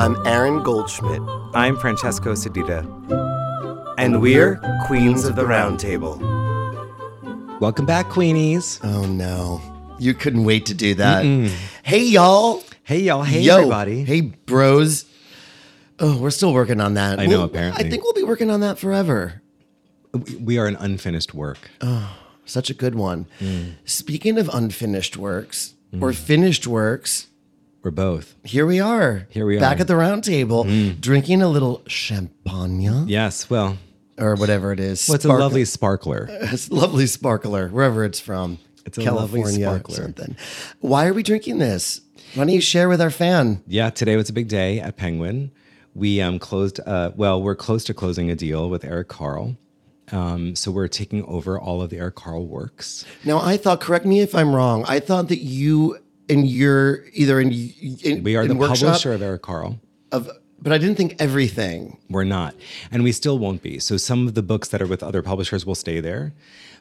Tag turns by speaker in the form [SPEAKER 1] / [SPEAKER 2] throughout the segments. [SPEAKER 1] I'm Aaron Goldschmidt,
[SPEAKER 2] I'm Francesco Sedita. And we're Queens of the Round Table. Welcome back, Queenies.
[SPEAKER 1] Oh no, you couldn't wait to do that. Hey y'all.
[SPEAKER 2] Hey, y'all. Hey,
[SPEAKER 1] Yo.
[SPEAKER 2] everybody.
[SPEAKER 1] Hey bros. Oh, we're still working on that.
[SPEAKER 3] I know,
[SPEAKER 1] We'll-
[SPEAKER 3] apparently.
[SPEAKER 1] I think we'll be working on that forever.
[SPEAKER 3] We are an unfinished work.
[SPEAKER 1] Such a good one.
[SPEAKER 3] Mm.
[SPEAKER 1] Speaking of unfinished works or finished works,
[SPEAKER 3] We're both.
[SPEAKER 1] here we are.
[SPEAKER 3] Here we
[SPEAKER 1] Back
[SPEAKER 3] are. Mm.
[SPEAKER 1] at the round table, drinking a little champagne
[SPEAKER 3] Yes. Well,
[SPEAKER 1] or whatever it is.
[SPEAKER 3] what's
[SPEAKER 1] Spark-
[SPEAKER 3] a lovely sparkler?
[SPEAKER 1] It's a lovely sparkler, wherever it's from.
[SPEAKER 3] It's a lovely
[SPEAKER 1] or
[SPEAKER 3] sparkler.
[SPEAKER 1] something. Why are we drinking this? Why don't you share with our fan?
[SPEAKER 3] Yeah. Today was a big day at Penguin. We um, closed. Uh, well, we're close to closing a deal with Eric Carl. Um, so we're taking over all of the Eric Carl works.
[SPEAKER 1] Now, I thought, correct me if I'm wrong, I thought that you and your either in, in
[SPEAKER 3] We are
[SPEAKER 1] in
[SPEAKER 3] the
[SPEAKER 1] workshop
[SPEAKER 3] publisher of Eric Carl.
[SPEAKER 1] of, but I didn't think everything.
[SPEAKER 3] We're not, and we still won't be. So some of the books that are with other publishers will stay there,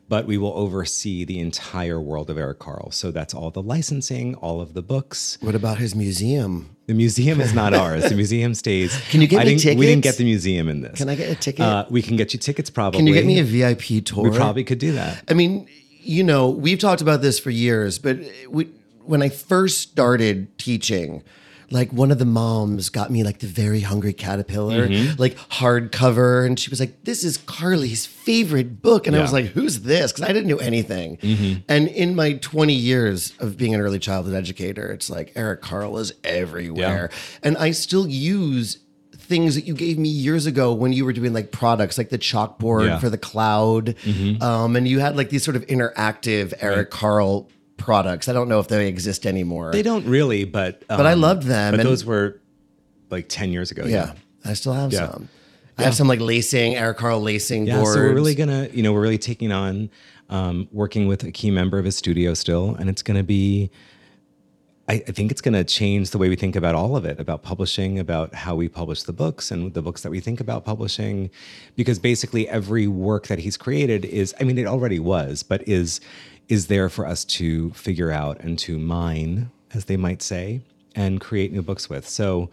[SPEAKER 3] but we will oversee the entire world of Eric Carl. So that's all the licensing, all of the books,
[SPEAKER 1] What about his museum?
[SPEAKER 3] The museum is not ours. The museum stays.
[SPEAKER 1] Can you get
[SPEAKER 3] I
[SPEAKER 1] me
[SPEAKER 3] didn't, We didn't
[SPEAKER 1] tickets?
[SPEAKER 3] get the museum in this.
[SPEAKER 1] Can I get a ticket?
[SPEAKER 3] Uh, we can get you tickets probably.
[SPEAKER 1] Can you get me a VIP tour?
[SPEAKER 3] We probably could do that.
[SPEAKER 1] I mean, you know, we've talked about this for years, but we, when I first started teaching, like one of the moms got me like the very hungry caterpillar,
[SPEAKER 3] Mm-hmm.
[SPEAKER 1] like hardcover, and she was like, "This is Carly's favorite book," and I was
[SPEAKER 3] Yeah. Mm-hmm.
[SPEAKER 1] like, "Who's this?" Because I didn't know anything. And in my twenty years of being an early childhood educator, it's like Eric Carl is everywhere, and I still use things that you gave me years ago when you were doing like products, like the chalkboard
[SPEAKER 3] Yeah.
[SPEAKER 1] for the cloud.
[SPEAKER 3] Mm-hmm.
[SPEAKER 1] Um, and you had like these sort of interactive Eric Carl products. I don't know if they exist anymore,
[SPEAKER 3] They don't really, but um,
[SPEAKER 1] but I loved them.
[SPEAKER 3] But
[SPEAKER 1] and
[SPEAKER 3] those were like ten years ago.
[SPEAKER 1] yeah, I still have
[SPEAKER 3] Yeah.
[SPEAKER 1] some. I have some like lacing, Eric Carl lacing
[SPEAKER 3] Yeah,
[SPEAKER 1] boards.
[SPEAKER 3] so we're really gonna, you know, we're really taking on um, working with a key member of his studio still, and it's gonna be. I, I think it's gonna change the way we think about all of it, about publishing, about how we publish the books and the books that we think about publishing, because basically every work that he's created is, I mean, it already was, but is is there for us to figure out and to mine, as they might say, and create new books with. So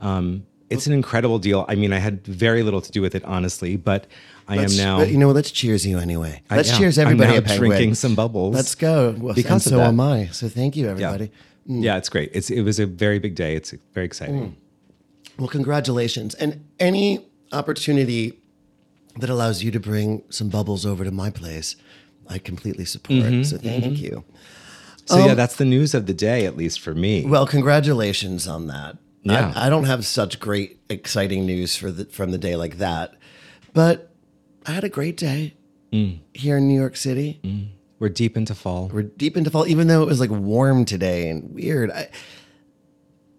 [SPEAKER 3] um, it's an incredible deal. I mean, I had very little to do with it, honestly, but I am
[SPEAKER 1] Let's-
[SPEAKER 3] now.
[SPEAKER 1] But you know, what? let's cheers you anyway.
[SPEAKER 3] I
[SPEAKER 1] Let's
[SPEAKER 3] am.
[SPEAKER 1] cheers everybody
[SPEAKER 3] I'm now
[SPEAKER 1] at Penguin.
[SPEAKER 3] drinking some bubbles.
[SPEAKER 1] Let's go. Well, and
[SPEAKER 3] Because of
[SPEAKER 1] so
[SPEAKER 3] that.
[SPEAKER 1] am I. So thank you, everybody.
[SPEAKER 3] Yeah, it's great. It's it was a very big day. It's very exciting.
[SPEAKER 1] Well, congratulations. And any opportunity that allows you to bring some bubbles over to my place, I completely support.
[SPEAKER 3] Mm-hmm.
[SPEAKER 1] So thank you.
[SPEAKER 3] So yeah, that's the news of the day, at least for me.
[SPEAKER 1] Well, congratulations on that.
[SPEAKER 3] Yeah.
[SPEAKER 1] I, I don't have such great, exciting news for the, from the day like that, but I had a great day here in New York City.
[SPEAKER 3] We're deep into fall.
[SPEAKER 1] We're deep into fall, even though it was like warm today and weird. I,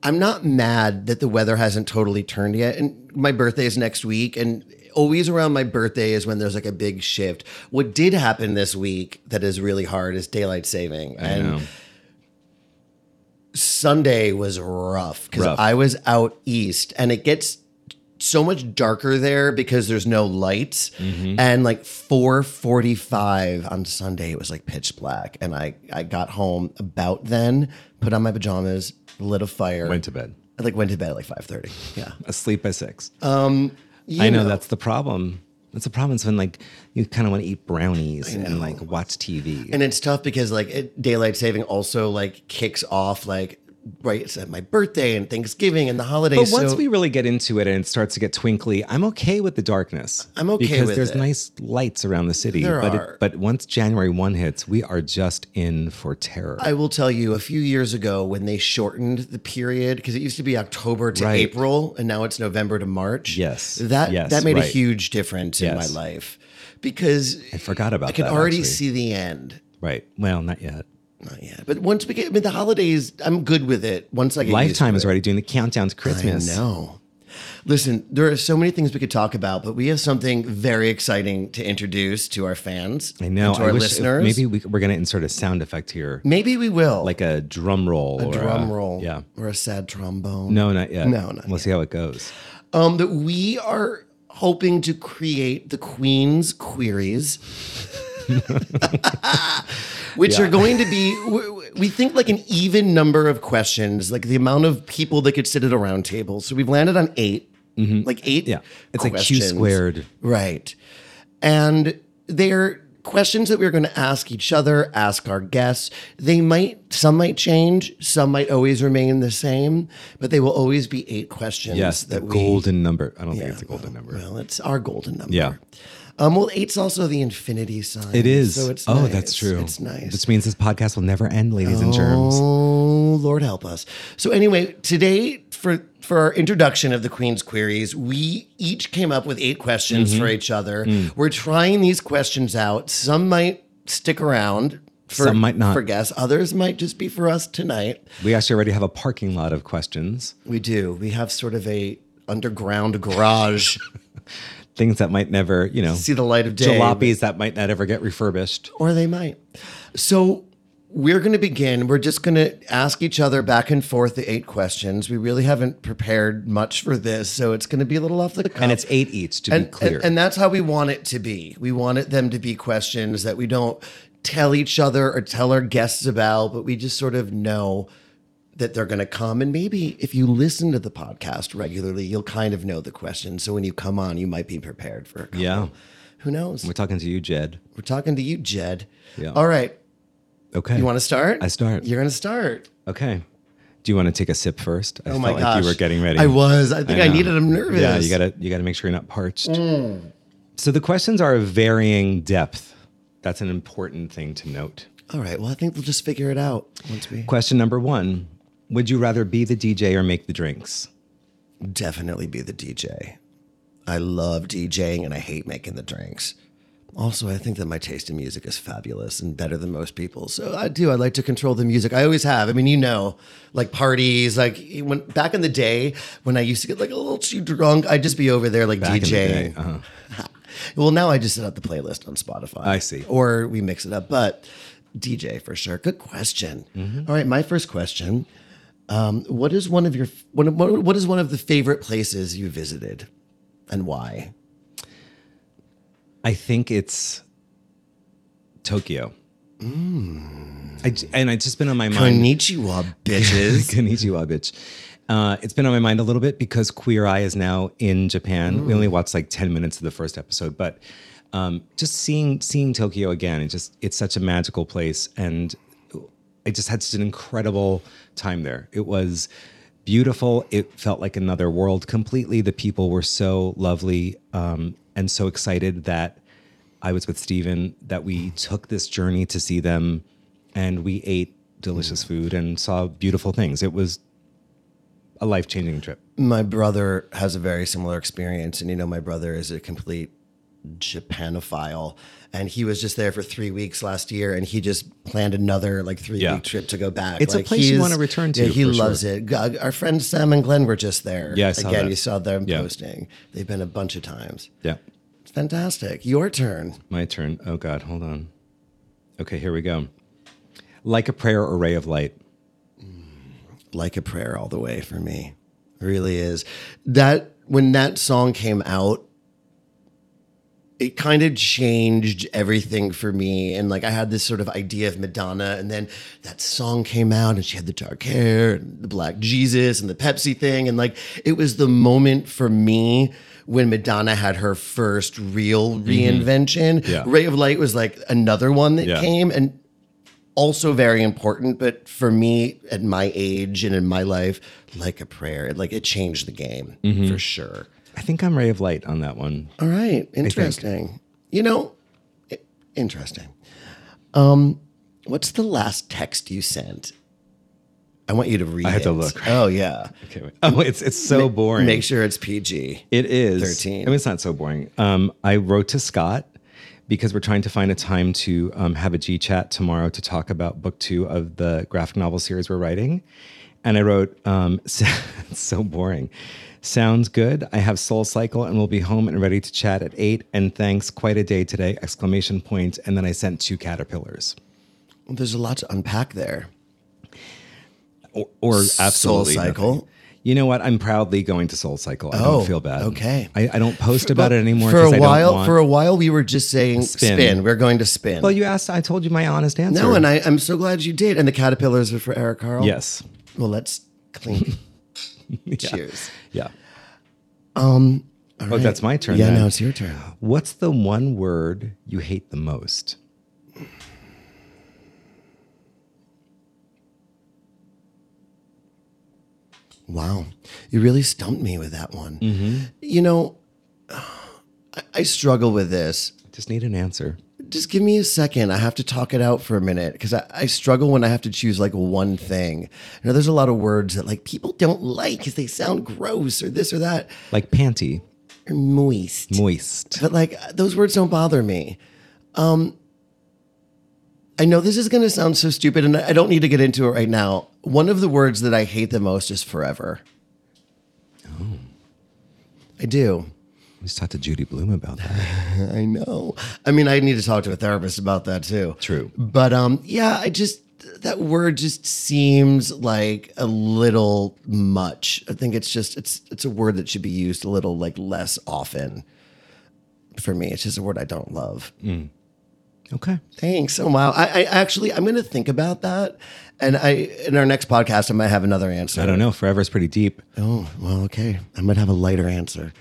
[SPEAKER 1] I'm not mad that the weather hasn't totally turned yet. And my birthday is next week. And always around my birthday is when there's like a big shift. What did happen this week that is really hard is daylight saving.
[SPEAKER 3] I
[SPEAKER 1] and
[SPEAKER 3] know.
[SPEAKER 1] Sunday was rough because
[SPEAKER 3] Rough.
[SPEAKER 1] I was out east and it gets so much darker there because there's no lights
[SPEAKER 3] Mm-hmm.
[SPEAKER 1] and like 4:45 on Sunday it was like pitch black and I I got home about then put on my pajamas lit a fire
[SPEAKER 3] Went to bed.
[SPEAKER 1] I like went to bed at like 5:30 yeah
[SPEAKER 3] Asleep by six. Um, I know, that's the problem. That's the problem. It's when like you kind of want to eat brownies and like watch TV.
[SPEAKER 1] and it's tough because like it, daylight saving also like kicks off like right it's at my birthday and Thanksgiving and the
[SPEAKER 3] but
[SPEAKER 1] holidays
[SPEAKER 3] once
[SPEAKER 1] so
[SPEAKER 3] we really get into it and it starts to get twinkly, I'm okay with the darkness.
[SPEAKER 1] I'm okay
[SPEAKER 3] because
[SPEAKER 1] with
[SPEAKER 3] there's
[SPEAKER 1] it.
[SPEAKER 3] nice lights around the city.
[SPEAKER 1] There
[SPEAKER 3] but
[SPEAKER 1] are.
[SPEAKER 3] but once January one hits, we are just in for terror.
[SPEAKER 1] I will tell you, a few years ago when they shortened the period, because it used to be October to
[SPEAKER 3] Right.
[SPEAKER 1] April, and now it's November to March.
[SPEAKER 3] Yes.
[SPEAKER 1] that
[SPEAKER 3] Yes,
[SPEAKER 1] that made a
[SPEAKER 3] right.
[SPEAKER 1] huge difference in my
[SPEAKER 3] Yes.
[SPEAKER 1] life because
[SPEAKER 3] I forgot about
[SPEAKER 1] I could
[SPEAKER 3] that,
[SPEAKER 1] already
[SPEAKER 3] actually.
[SPEAKER 1] see the end.
[SPEAKER 3] Right. Well, not yet.
[SPEAKER 1] Not yet, but once we get I mean, the holidays, I'm good with it. Once I get
[SPEAKER 3] Lifetime
[SPEAKER 1] used
[SPEAKER 3] is
[SPEAKER 1] to it.
[SPEAKER 3] already doing the countdown to Christmas.
[SPEAKER 1] I know. Listen, there are so many things we could talk about, but we have something very exciting to introduce to our fans.
[SPEAKER 3] I know.
[SPEAKER 1] and to our
[SPEAKER 3] I wish uh,
[SPEAKER 1] listeners.
[SPEAKER 3] maybe we, we're going to insert a sound effect here,
[SPEAKER 1] maybe we will
[SPEAKER 3] like a drum roll.
[SPEAKER 1] a
[SPEAKER 3] or uh,
[SPEAKER 1] drum roll,
[SPEAKER 3] Yeah.
[SPEAKER 1] or a sad trombone.
[SPEAKER 3] No, not yet.
[SPEAKER 1] No, not
[SPEAKER 3] We'll see how it goes.
[SPEAKER 1] um, that we are hoping to create the Queen's queries, which are going to be w- w- we think like an even number of questions, like the amount of people that could sit at a round table. So we've landed on 8 like eight.
[SPEAKER 3] Mm-hmm. Yeah. It's like Q
[SPEAKER 1] questions.
[SPEAKER 3] squared.
[SPEAKER 1] right? And they're questions that we're going to ask each other, ask our guests. They might, some might change, some might always remain the same, but they will always be eight questions.
[SPEAKER 3] Yes, the
[SPEAKER 1] that we,
[SPEAKER 3] golden number. I don't think it's a golden number.
[SPEAKER 1] Well, it's our golden number.
[SPEAKER 3] Yeah.
[SPEAKER 1] Um, well, eight's also the infinity sign.
[SPEAKER 3] It is.
[SPEAKER 1] So it's
[SPEAKER 3] oh,
[SPEAKER 1] nice.
[SPEAKER 3] that's true.
[SPEAKER 1] It's nice.
[SPEAKER 3] Which means this podcast will never end, ladies and germs.
[SPEAKER 1] Oh, Lord help us. So anyway, today for for our introduction of the Queen's queries, we each came up with eight questions for
[SPEAKER 3] Mm-hmm.
[SPEAKER 1] each other.
[SPEAKER 3] Mm.
[SPEAKER 1] We're trying these questions out. Some might stick around. For,
[SPEAKER 3] Some might not.
[SPEAKER 1] For guests, others might just be for us tonight.
[SPEAKER 3] We actually already have a parking lot of questions,
[SPEAKER 1] We do. We have sort of a underground garage.
[SPEAKER 3] things that might never, you know,
[SPEAKER 1] See the light of day.
[SPEAKER 3] jalopies that might not ever get refurbished.
[SPEAKER 1] or they might. So we're going to begin. We're just going to ask each other back and forth the eight questions. We really haven't prepared much for this, so it's going to be a little off the cuff.
[SPEAKER 3] And it's eight each, to be
[SPEAKER 1] and,
[SPEAKER 3] clear.
[SPEAKER 1] and, and that's how we want it to be. We want it them to be questions that we don't tell each other or tell our guests about, but we just sort of know that they're going to come. And maybe if you listen to the podcast regularly, you'll kind of know the questions. So when you come on, you might be prepared for a couple.
[SPEAKER 3] yeah.
[SPEAKER 1] Who knows?
[SPEAKER 3] We're talking to you, Jed.
[SPEAKER 1] We're talking to you, Jed.
[SPEAKER 3] Yeah.
[SPEAKER 1] All right.
[SPEAKER 3] Okay.
[SPEAKER 1] You want to start?
[SPEAKER 3] I start.
[SPEAKER 1] You're going to start.
[SPEAKER 3] okay. Do you want to take a sip first? I
[SPEAKER 1] Oh my
[SPEAKER 3] felt
[SPEAKER 1] gosh.
[SPEAKER 3] like you were getting ready.
[SPEAKER 1] I was. I think I,
[SPEAKER 3] know.
[SPEAKER 1] needed. I'm nervous. Mm.
[SPEAKER 3] Yeah, you gotta you gotta make sure you're not parched. So the questions are of varying depth. That's an important thing to note.
[SPEAKER 1] All right. Well, I think we'll just figure it out once we
[SPEAKER 3] Question number one: Would you rather be the DJ or make the drinks?
[SPEAKER 1] definitely be the DJ. I love DJing and I hate making the drinks. Also, I think that my taste in music is fabulous and better than most people. So I do. I like to control the music. I always have. I mean, you know, like parties, like when back in the day when I used to get like a little too drunk, I'd just be over there like
[SPEAKER 3] Back in the day,
[SPEAKER 1] DJing.
[SPEAKER 3] uh-huh.
[SPEAKER 1] Well, now I just set up the playlist on Spotify.
[SPEAKER 3] I see.
[SPEAKER 1] Or we mix it up, but DJ for sure. Good question.
[SPEAKER 3] Mm-hmm.
[SPEAKER 1] All right, my first question: um, What is one of your one of- what, what is one of the favorite places you visited, and why?
[SPEAKER 3] I think it's Tokyo.
[SPEAKER 1] Mm.
[SPEAKER 3] I j and it's just been on my mind.
[SPEAKER 1] Konnichiwa, bitches.
[SPEAKER 3] Konnichiwa, bitch. Uh, it's been on my mind a little bit because Queer Eye is now in Japan. We only watched like ten minutes of the first episode, but um, just seeing seeing Tokyo again, it just it's such a magical place, and I just had such an incredible time there. It was beautiful. It felt like another world completely. The people were so lovely um, and so excited that I was with Steven that we took this journey to see them and we ate delicious food and saw beautiful things. It was a life changing trip.
[SPEAKER 1] my brother has a very similar experience and you know my brother is a complete japanophile and he was just there for three weeks last year and he just planned another like three
[SPEAKER 3] Yeah.
[SPEAKER 1] week trip to go back
[SPEAKER 3] It's a
[SPEAKER 1] Like,
[SPEAKER 3] place you
[SPEAKER 1] he's-
[SPEAKER 3] wanna return to,
[SPEAKER 1] yeah, he
[SPEAKER 3] for
[SPEAKER 1] loves it G- our friends sam and glenn were just there
[SPEAKER 3] Yeah, I saw
[SPEAKER 1] again
[SPEAKER 3] that.
[SPEAKER 1] you saw them
[SPEAKER 3] Yeah.
[SPEAKER 1] posting they've been a bunch of times
[SPEAKER 3] Yeah.
[SPEAKER 1] it's fantastic your turn
[SPEAKER 3] My turn. Oh God, hold on. Okay, here we go. Like a prayer or ray of light.
[SPEAKER 1] like a prayer all the way for me. It really is. That when that song came out, it kind of changed everything for me. And like I had this sort of idea of Madonna, and then that song came out, and she had the dark hair and the black Jesus and the Pepsi thing. And like it was the moment for me when Madonna had her first real reinvention.
[SPEAKER 3] Mm-hmm. Yeah.
[SPEAKER 1] Ray of Light was like another one that
[SPEAKER 3] Yeah.
[SPEAKER 1] came and also very important, but for me at my age and in my life, like a prayer, like it changed the game
[SPEAKER 3] Mm-hmm.
[SPEAKER 1] for sure.
[SPEAKER 3] I think I'm ray of light on that one.
[SPEAKER 1] All right, interesting. You know, i- interesting. Um, what's the last text you sent? I want you to read.
[SPEAKER 3] I had to
[SPEAKER 1] it.
[SPEAKER 3] look.
[SPEAKER 1] Oh yeah,
[SPEAKER 3] Okay, wait. Oh, it's it's so boring.
[SPEAKER 1] make sure it's PG.
[SPEAKER 3] It is
[SPEAKER 1] 13.
[SPEAKER 3] I mean, it's not so boring. Um, I wrote to Scott because we're trying to find a time to um, have a G chat tomorrow to talk about book two of the graphic novel series we're writing. And I wrote, um, so, it's so boring. Sounds good. I have Soul Cycle and will be home and ready to chat at eight. And thanks, quite a day today! Exclamation point. And then I sent two caterpillars.
[SPEAKER 1] There's a lot to unpack there.
[SPEAKER 3] Or, or absolutely nothing.
[SPEAKER 1] Cycle?
[SPEAKER 3] You know what? I'm proudly going to Soul Cycle. I
[SPEAKER 1] Oh,
[SPEAKER 3] don't feel bad.
[SPEAKER 1] okay.
[SPEAKER 3] I, I don't post about it anymore.
[SPEAKER 1] For
[SPEAKER 3] 'cause
[SPEAKER 1] a
[SPEAKER 3] I
[SPEAKER 1] while,
[SPEAKER 3] Don't want,
[SPEAKER 1] for a while, we were just saying spin.
[SPEAKER 3] Spin.
[SPEAKER 1] We're going to spin.
[SPEAKER 3] well, you asked. I told you my honest answer.
[SPEAKER 1] no, and I, I'm so glad you did. And the caterpillars were for Eric Carl.
[SPEAKER 3] yes,
[SPEAKER 1] Well, let's clink.
[SPEAKER 3] Yeah.
[SPEAKER 1] Cheers.
[SPEAKER 3] Yeah.
[SPEAKER 1] All
[SPEAKER 3] Oh, that's my turn
[SPEAKER 1] Yeah,
[SPEAKER 3] then.
[SPEAKER 1] no, it's your turn.
[SPEAKER 3] What's the one word you hate the most?
[SPEAKER 1] Wow. You really stumped me with that one.
[SPEAKER 3] Mm-hmm.
[SPEAKER 1] You know, I, I struggle with this.
[SPEAKER 3] I just need an answer.
[SPEAKER 1] Just give me a second. I have to talk it out for a minute because I, I struggle when I have to choose like one thing. You know, there's a lot of words that like people don't like because they sound gross or this or that
[SPEAKER 3] Like panty,
[SPEAKER 1] or moist.
[SPEAKER 3] moist.
[SPEAKER 1] But like those words don't bother me. Um I know this is going to sound so stupid and I don't need to get into it right now. One of the words that I hate the most is forever. Oh. I do.
[SPEAKER 3] I just talked to Judy Bloom about that.
[SPEAKER 1] I know. I mean, I need to talk to a therapist about that too.
[SPEAKER 3] True.
[SPEAKER 1] But um yeah, I just that word just seems like a little much. I think it's just it's it's a word that should be used a little like less often. For me, it's just a word I don't love.
[SPEAKER 3] Okay.
[SPEAKER 1] Thanks. Oh wow. I, I actually I'm gonna think about that. And I in our next podcast I might have another answer.
[SPEAKER 3] I don't know. Forever is pretty deep.
[SPEAKER 1] Oh, well, okay. I might have a lighter answer.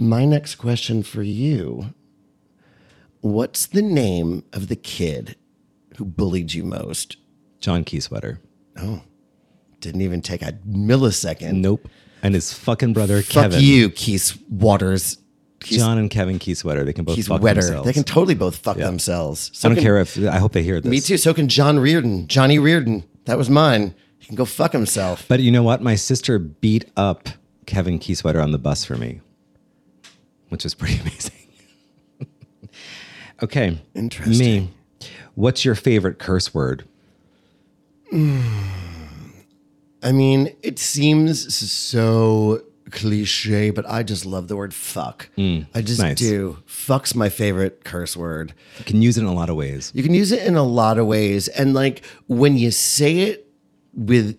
[SPEAKER 1] My next question for you What's the name of the kid who bullied you most?
[SPEAKER 3] John Key sweater.
[SPEAKER 1] Didn't even take a millisecond.
[SPEAKER 3] Nope. And his fucking brother
[SPEAKER 1] Fuck
[SPEAKER 3] Kevin.
[SPEAKER 1] you, Keith Waters. Keith,
[SPEAKER 3] John and Kevin Key sweater. They can both
[SPEAKER 1] Keith
[SPEAKER 3] fuck
[SPEAKER 1] Wetter.
[SPEAKER 3] themselves.
[SPEAKER 1] They can totally both fuck themselves. So
[SPEAKER 3] I don't
[SPEAKER 1] can-
[SPEAKER 3] care if I hope they hear this.
[SPEAKER 1] Me too. So can John Reardon. Johnny Reardon. That was mine. He can go fuck himself.
[SPEAKER 3] But you know what? My sister beat up Kevin Key sweater on the bus for me, which was pretty amazing. okay.
[SPEAKER 1] Interesting.
[SPEAKER 3] Me. What's your favorite curse word?
[SPEAKER 1] I mean, it seems so cliche, but I just love the word fuck. I just
[SPEAKER 3] Mm, nice.
[SPEAKER 1] do. Fuck's my favorite curse word.
[SPEAKER 3] You can use it in a lot of ways.
[SPEAKER 1] You can use it in a lot of ways. And like when you say it with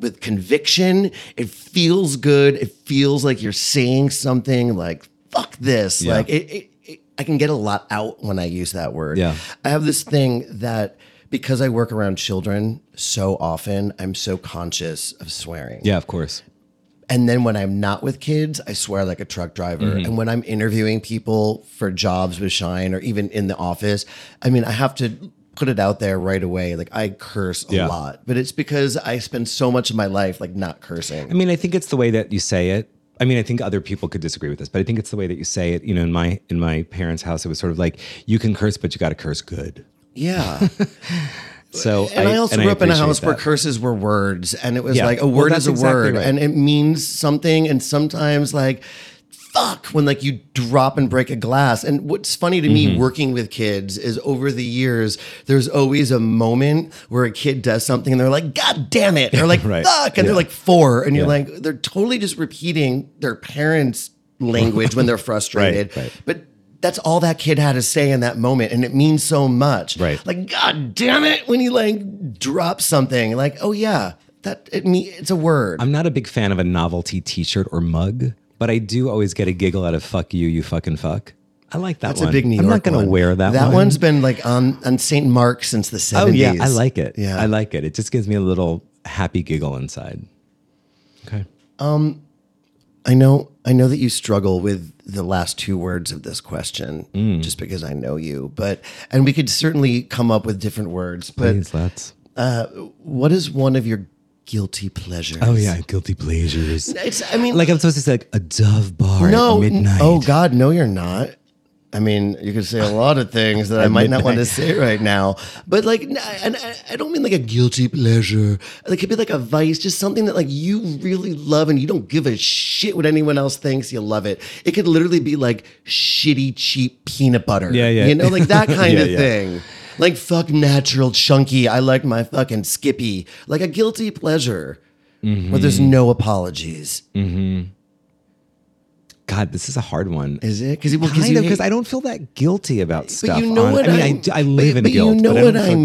[SPEAKER 1] with conviction, it feels good. It feels like you're saying something like fuck this.
[SPEAKER 3] Yeah.
[SPEAKER 1] Like it, it, it I can get a lot out when I use that word.
[SPEAKER 3] Yeah.
[SPEAKER 1] I have this thing that because I work around children so often, I'm so conscious of swearing.
[SPEAKER 3] Yeah, of course.
[SPEAKER 1] And then when I'm not with kids, I swear like a truck driver. And when I'm interviewing people for jobs with Shine or even in the office, I mean, I have to put it out there right away. Like I curse a
[SPEAKER 3] Yeah.
[SPEAKER 1] lot, but it's because I spend so much of my life like not
[SPEAKER 3] I
[SPEAKER 1] cursing.
[SPEAKER 3] mean, I think it's the way that you say it. I mean, I think other people could disagree with this, but I think it's the way that you say it. You know, in my in my parents' house, it was sort of like you can curse, but you got to curse good.
[SPEAKER 1] Yeah.
[SPEAKER 3] So
[SPEAKER 1] And I, also
[SPEAKER 3] and
[SPEAKER 1] grew up in a
[SPEAKER 3] appreciate
[SPEAKER 1] house where
[SPEAKER 3] that.
[SPEAKER 1] curses were words, and it was
[SPEAKER 3] Yeah.
[SPEAKER 1] like a
[SPEAKER 3] Well,
[SPEAKER 1] word
[SPEAKER 3] that's
[SPEAKER 1] is a
[SPEAKER 3] exactly
[SPEAKER 1] word,
[SPEAKER 3] right.
[SPEAKER 1] and it means something. And sometimes, like fuck, when like you drop and break a glass. And what's funny to
[SPEAKER 3] Mm-hmm.
[SPEAKER 1] me working with kids is over the years, there's always a moment where a kid does something, and they're like, "God damn it!" They're like,
[SPEAKER 3] Right.
[SPEAKER 1] "Fuck," and they're
[SPEAKER 3] Yeah.
[SPEAKER 1] like four, and you're
[SPEAKER 3] Yeah.
[SPEAKER 1] like, they're totally just repeating their parents' language when they're frustrated,
[SPEAKER 3] right.
[SPEAKER 1] but. That's all that kid had to say in that moment, and it means so much.
[SPEAKER 3] Right.
[SPEAKER 1] Like, God damn it, when you like drop something, like, oh yeah, that it me it's a word.
[SPEAKER 3] I'm not a big fan of a novelty T-shirt or mug, but I do always get a giggle out of "fuck you, you fucking fuck." I like that
[SPEAKER 1] That's
[SPEAKER 3] one.
[SPEAKER 1] a big New York.
[SPEAKER 3] I'm not going
[SPEAKER 1] one.
[SPEAKER 3] to wear that.
[SPEAKER 1] That
[SPEAKER 3] one.
[SPEAKER 1] one's been like on on St. Mark since the 70s.
[SPEAKER 3] Oh yeah, I like it.
[SPEAKER 1] Yeah.
[SPEAKER 3] Yeah, I like it. It just gives me a little happy giggle inside. Okay.
[SPEAKER 1] I know I know that you struggle with the last two words of this question
[SPEAKER 3] Mm.
[SPEAKER 1] just because I know you, but and we could certainly come up with different words, but
[SPEAKER 3] Please, let's.
[SPEAKER 1] what is one of your guilty pleasures?
[SPEAKER 3] Oh yeah, guilty pleasures.
[SPEAKER 1] It's I mean
[SPEAKER 3] Like I'm supposed to say, like a Dove bar
[SPEAKER 1] no,
[SPEAKER 3] at midnight.
[SPEAKER 1] Oh God, no, you're not. I mean, you could say a lot of things that I might not want to say right now, but like, n- and I- I don't mean like a guilty pleasure. It could be like a vice, just something that like you really love and you don't give a shit what anyone else thinks. You love it. It could literally be like shitty, cheap peanut butter.
[SPEAKER 3] Yeah, yeah.
[SPEAKER 1] You know, like that kind
[SPEAKER 3] Yeah,
[SPEAKER 1] of
[SPEAKER 3] yeah.
[SPEAKER 1] thing. Like fuck natural chunky. I like my fucking Skippy. Like a guilty
[SPEAKER 3] Mm-hmm. Mm.
[SPEAKER 1] pleasure where there's no apologies.
[SPEAKER 3] God, this is a hard one.
[SPEAKER 1] Is it? Because
[SPEAKER 3] kind of because I don't feel that guilty about stuff.
[SPEAKER 1] But you know
[SPEAKER 3] hon-
[SPEAKER 1] what
[SPEAKER 3] I mean, I, d- I live
[SPEAKER 1] but,
[SPEAKER 3] in
[SPEAKER 1] but
[SPEAKER 3] guilt.
[SPEAKER 1] You know
[SPEAKER 3] but I
[SPEAKER 1] what
[SPEAKER 3] don't
[SPEAKER 1] I
[SPEAKER 3] feel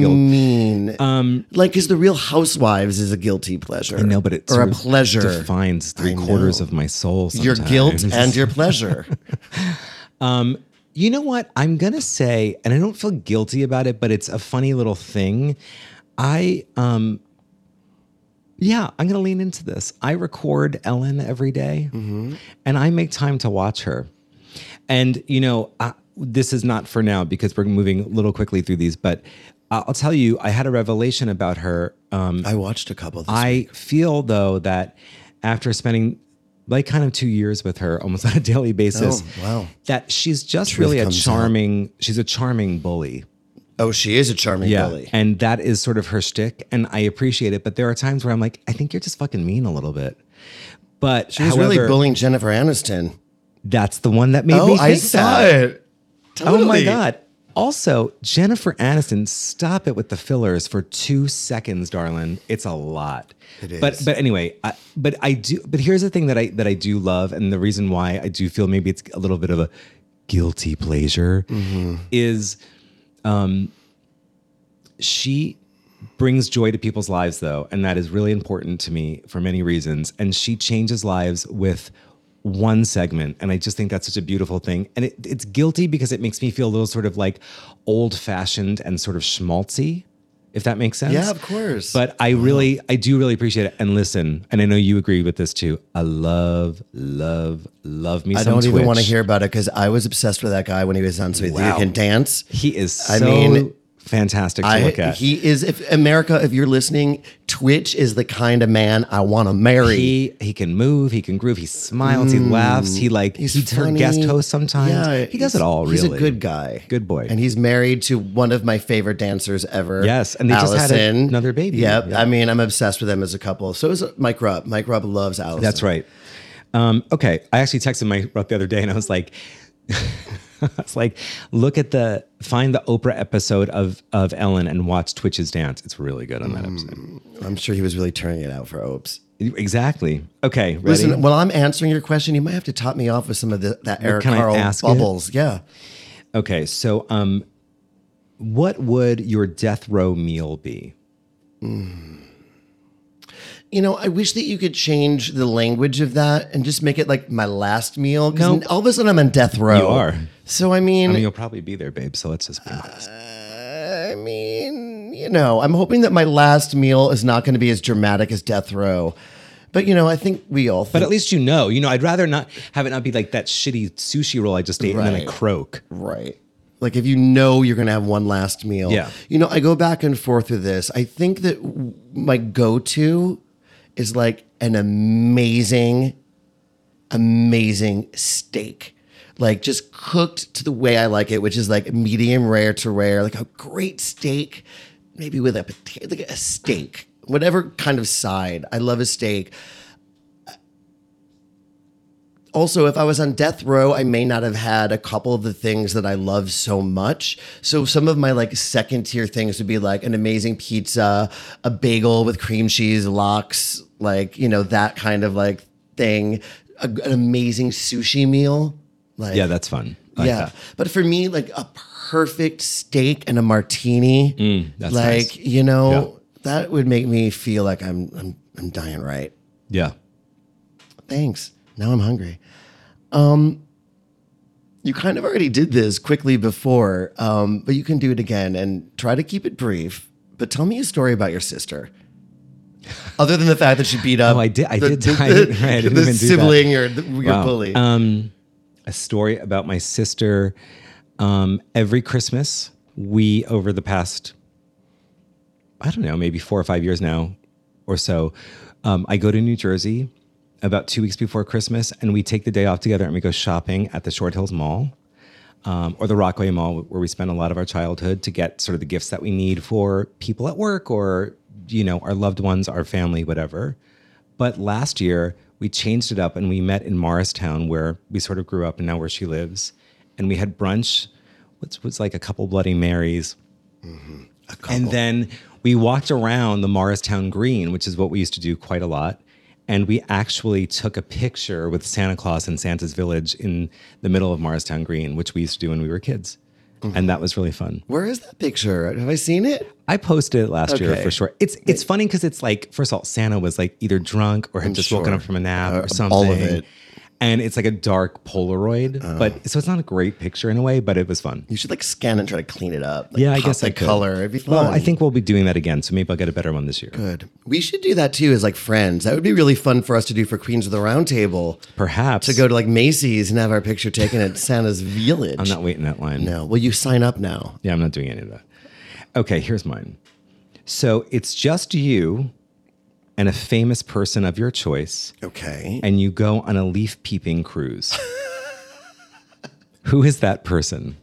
[SPEAKER 3] guilt. Um,
[SPEAKER 1] mean. like, because the Real Housewives is a guilty pleasure.
[SPEAKER 3] I know, but it
[SPEAKER 1] or a
[SPEAKER 3] sort of
[SPEAKER 1] pleasure.
[SPEAKER 3] defines three
[SPEAKER 1] know.
[SPEAKER 3] quarters of my soul.
[SPEAKER 1] Your
[SPEAKER 3] Sometimes.
[SPEAKER 1] guilt and your pleasure.
[SPEAKER 3] You know what? I'm gonna say, and I don't feel guilty about it, but it's a funny little thing. I um yeah, I'm gonna lean into this. I record Ellen every day, and I make time to watch her. And you know, I, this is not for now because we're moving a little quickly through these. But I- I'll tell you, I had a revelation about her. Um,
[SPEAKER 1] I watched a couple. This
[SPEAKER 3] I feel though that after spending like kind of two years with her almost on a daily basis,
[SPEAKER 1] Oh, wow.
[SPEAKER 3] that she's just really a
[SPEAKER 1] comes out.
[SPEAKER 3] charming, she's a charming bully.
[SPEAKER 1] Oh, she is a charming bully.
[SPEAKER 3] And that is sort of her shtick. And I appreciate it. But there are times where I'm like, I think you're just fucking mean a little bit. But
[SPEAKER 1] She was
[SPEAKER 3] however,
[SPEAKER 1] really bullying Jennifer Aniston.
[SPEAKER 3] that's the one that made me
[SPEAKER 1] Oh,
[SPEAKER 3] think
[SPEAKER 1] I saw
[SPEAKER 3] that.
[SPEAKER 1] it.
[SPEAKER 3] Oh my
[SPEAKER 1] Totally.
[SPEAKER 3] God. Also, Jennifer Aniston, stop it with the fillers for two seconds, darling. It's a lot. It is. But but anyway, I, but I do. But here's the thing that I that I do love, and the reason why I do feel maybe it's a little bit of a guilty pleasure
[SPEAKER 1] Mm-hmm.
[SPEAKER 3] is, um, she brings joy to people's lives though, and that is really important to me for many reasons. And she changes lives with one segment, and I just think that's such a beautiful thing. And it, it's guilty because it makes me feel a little sort of like old fashioned and sort of schmaltzy, if that makes sense.
[SPEAKER 1] Yeah, of course. Uh-huh.
[SPEAKER 3] But I really, I do really appreciate it. And listen, and I know you agree with this too. I love, love, love me.
[SPEAKER 1] I
[SPEAKER 3] some
[SPEAKER 1] don't even
[SPEAKER 3] Twitch.
[SPEAKER 1] want to hear about it because I was obsessed with that guy when he was on Sweet
[SPEAKER 3] Wow.
[SPEAKER 1] You Can Dance.
[SPEAKER 3] He is so
[SPEAKER 1] I mean,
[SPEAKER 3] fantastic to look
[SPEAKER 1] I,
[SPEAKER 3] at.
[SPEAKER 1] he is if America, if you're listening, Twitch is the kind of man I want to marry.
[SPEAKER 3] He he can move, he can groove, he smiles, he laughs, he like
[SPEAKER 1] Mm. He's
[SPEAKER 3] he's her
[SPEAKER 1] funny.
[SPEAKER 3] guest host sometimes. he does
[SPEAKER 1] he's-
[SPEAKER 3] it all really.
[SPEAKER 1] He's a good guy.
[SPEAKER 3] Good boy.
[SPEAKER 1] And he's married to one of my favorite dancers ever.
[SPEAKER 3] Yes, and they just had
[SPEAKER 1] Allison.
[SPEAKER 3] another baby.
[SPEAKER 1] Yep.
[SPEAKER 3] Yeah.
[SPEAKER 1] I mean, I'm obsessed with them as a couple. So is Mike Rupp. Mike Rupp loves Allison.
[SPEAKER 3] That's right. Um, okay, I actually texted my rep the other day, and I was like, "It's like, look at the find the Oprah episode of of Ellen and watch Twitch's dance. It's really good on that
[SPEAKER 1] Mm.
[SPEAKER 3] episode.
[SPEAKER 1] I'm sure he was really turning it out for Opes.
[SPEAKER 3] Exactly. Okay, ready?
[SPEAKER 1] Listen, while I'm answering your question, you might have to top me off with some of the, that Eric
[SPEAKER 3] can I
[SPEAKER 1] Carl
[SPEAKER 3] ask it?
[SPEAKER 1] bubbles. Yeah.
[SPEAKER 3] okay, so um, what would your death row meal be?
[SPEAKER 1] You know, I wish that you could change the language of that and just make it like my last meal. Because
[SPEAKER 3] Nope.
[SPEAKER 1] all of a sudden I'm on death row.
[SPEAKER 3] You are.
[SPEAKER 1] So
[SPEAKER 3] I mean, you'll probably be there, babe. So let's just be honest.
[SPEAKER 1] I mean, you know, I'm hoping that my last meal is not going to be as dramatic as death row. But you know, I think we all. Think,
[SPEAKER 3] But at least you know. You know, I'd rather not have it not be like that shitty sushi roll I just ate and then I
[SPEAKER 1] Right.
[SPEAKER 3] croak.
[SPEAKER 1] right. Like if you know you're going to have one last meal.
[SPEAKER 3] Yeah.
[SPEAKER 1] You know, I go back and forth with this. I think that w- my go-to is like an amazing, amazing steak. Like just cooked to the way I like it, which is like medium rare to rare, like a great steak, maybe with a potato, like a steak, whatever kind of side. I love a steak. also if i was on death row i may not have had a couple of the things that i love so much so some of my like second tier things would be like an amazing pizza a bagel with cream cheese lox like you know that kind of like thing a, an amazing sushi meal like
[SPEAKER 3] Yeah, that's fun. I like
[SPEAKER 1] yeah
[SPEAKER 3] that.
[SPEAKER 1] but for me like a perfect steak and a martini
[SPEAKER 3] Mm, that's
[SPEAKER 1] like
[SPEAKER 3] nice.
[SPEAKER 1] you know that would make me feel like i'm i'm, I'm dying right
[SPEAKER 3] Yeah.
[SPEAKER 1] Thanks. Now I'm hungry. Um, you kind of already did this quickly before, um, but you can do it again and try to keep it brief. But tell me a story about your sister. Other than the fact that she beat up,
[SPEAKER 3] Oh, I did- I
[SPEAKER 1] the,
[SPEAKER 3] did-
[SPEAKER 1] the,
[SPEAKER 3] I didn't- I didn't
[SPEAKER 1] the
[SPEAKER 3] even do that.
[SPEAKER 1] sibling or the, your
[SPEAKER 3] Wow.
[SPEAKER 1] bully.
[SPEAKER 3] Um, a story about my sister. Um, every Christmas, we over the past, I don't know, maybe four or five years now, or so, um, I go to New Jersey about two weeks before Christmas, and we take the day off together and we go shopping at the Short Hills Mall. um, or the Rockaway Mall, where we spent a lot of our childhood to get sort of the gifts that we need for people at work or, you know, our loved ones, our family, whatever. But last year, we changed it up and we met in Morristown, where we sort of grew up and now where she lives. And we had brunch, which was like a couple Bloody Marys. And then we walked around the Morristown Green, which is what we used to do quite a lot. And we actually took a picture with Santa Claus in Santa's village in the middle of Morristown Green, which we used to do when we were kids.
[SPEAKER 1] Mm-hmm.
[SPEAKER 3] And that was really fun.
[SPEAKER 1] Where is that picture? Have I seen it?
[SPEAKER 3] I posted it last year
[SPEAKER 1] Okay.
[SPEAKER 3] for sure. It's it's funny because it's like first of all, Santa was like either drunk or had just woken
[SPEAKER 1] sure.
[SPEAKER 3] up from a nap
[SPEAKER 1] Uh,
[SPEAKER 3] or something.
[SPEAKER 1] all of it. Uh.
[SPEAKER 3] And it's like a dark Polaroid, but so it's not a great picture in a way, but it was fun.
[SPEAKER 1] You should like scan it and try to clean it up. Like,
[SPEAKER 3] yeah, I
[SPEAKER 1] pop
[SPEAKER 3] guess
[SPEAKER 1] the
[SPEAKER 3] I could.
[SPEAKER 1] color. It'd be fun.
[SPEAKER 3] Well, I think we'll be doing that again, so maybe I'll get a better one this year.
[SPEAKER 1] good. We should do that too as like friends. That would be really fun for us to do for Queens of the Round Table.
[SPEAKER 3] Perhaps
[SPEAKER 1] To go to like Macy's and have our picture taken at Santa's village.
[SPEAKER 3] I'm not waiting that line.
[SPEAKER 1] no. Will you sign up now?
[SPEAKER 3] Yeah, I'm not doing any of that. Okay, here's mine. So it's just you and a famous person of your choice,
[SPEAKER 1] Okay.
[SPEAKER 3] and you go on a leaf peeping cruise. Who is that person?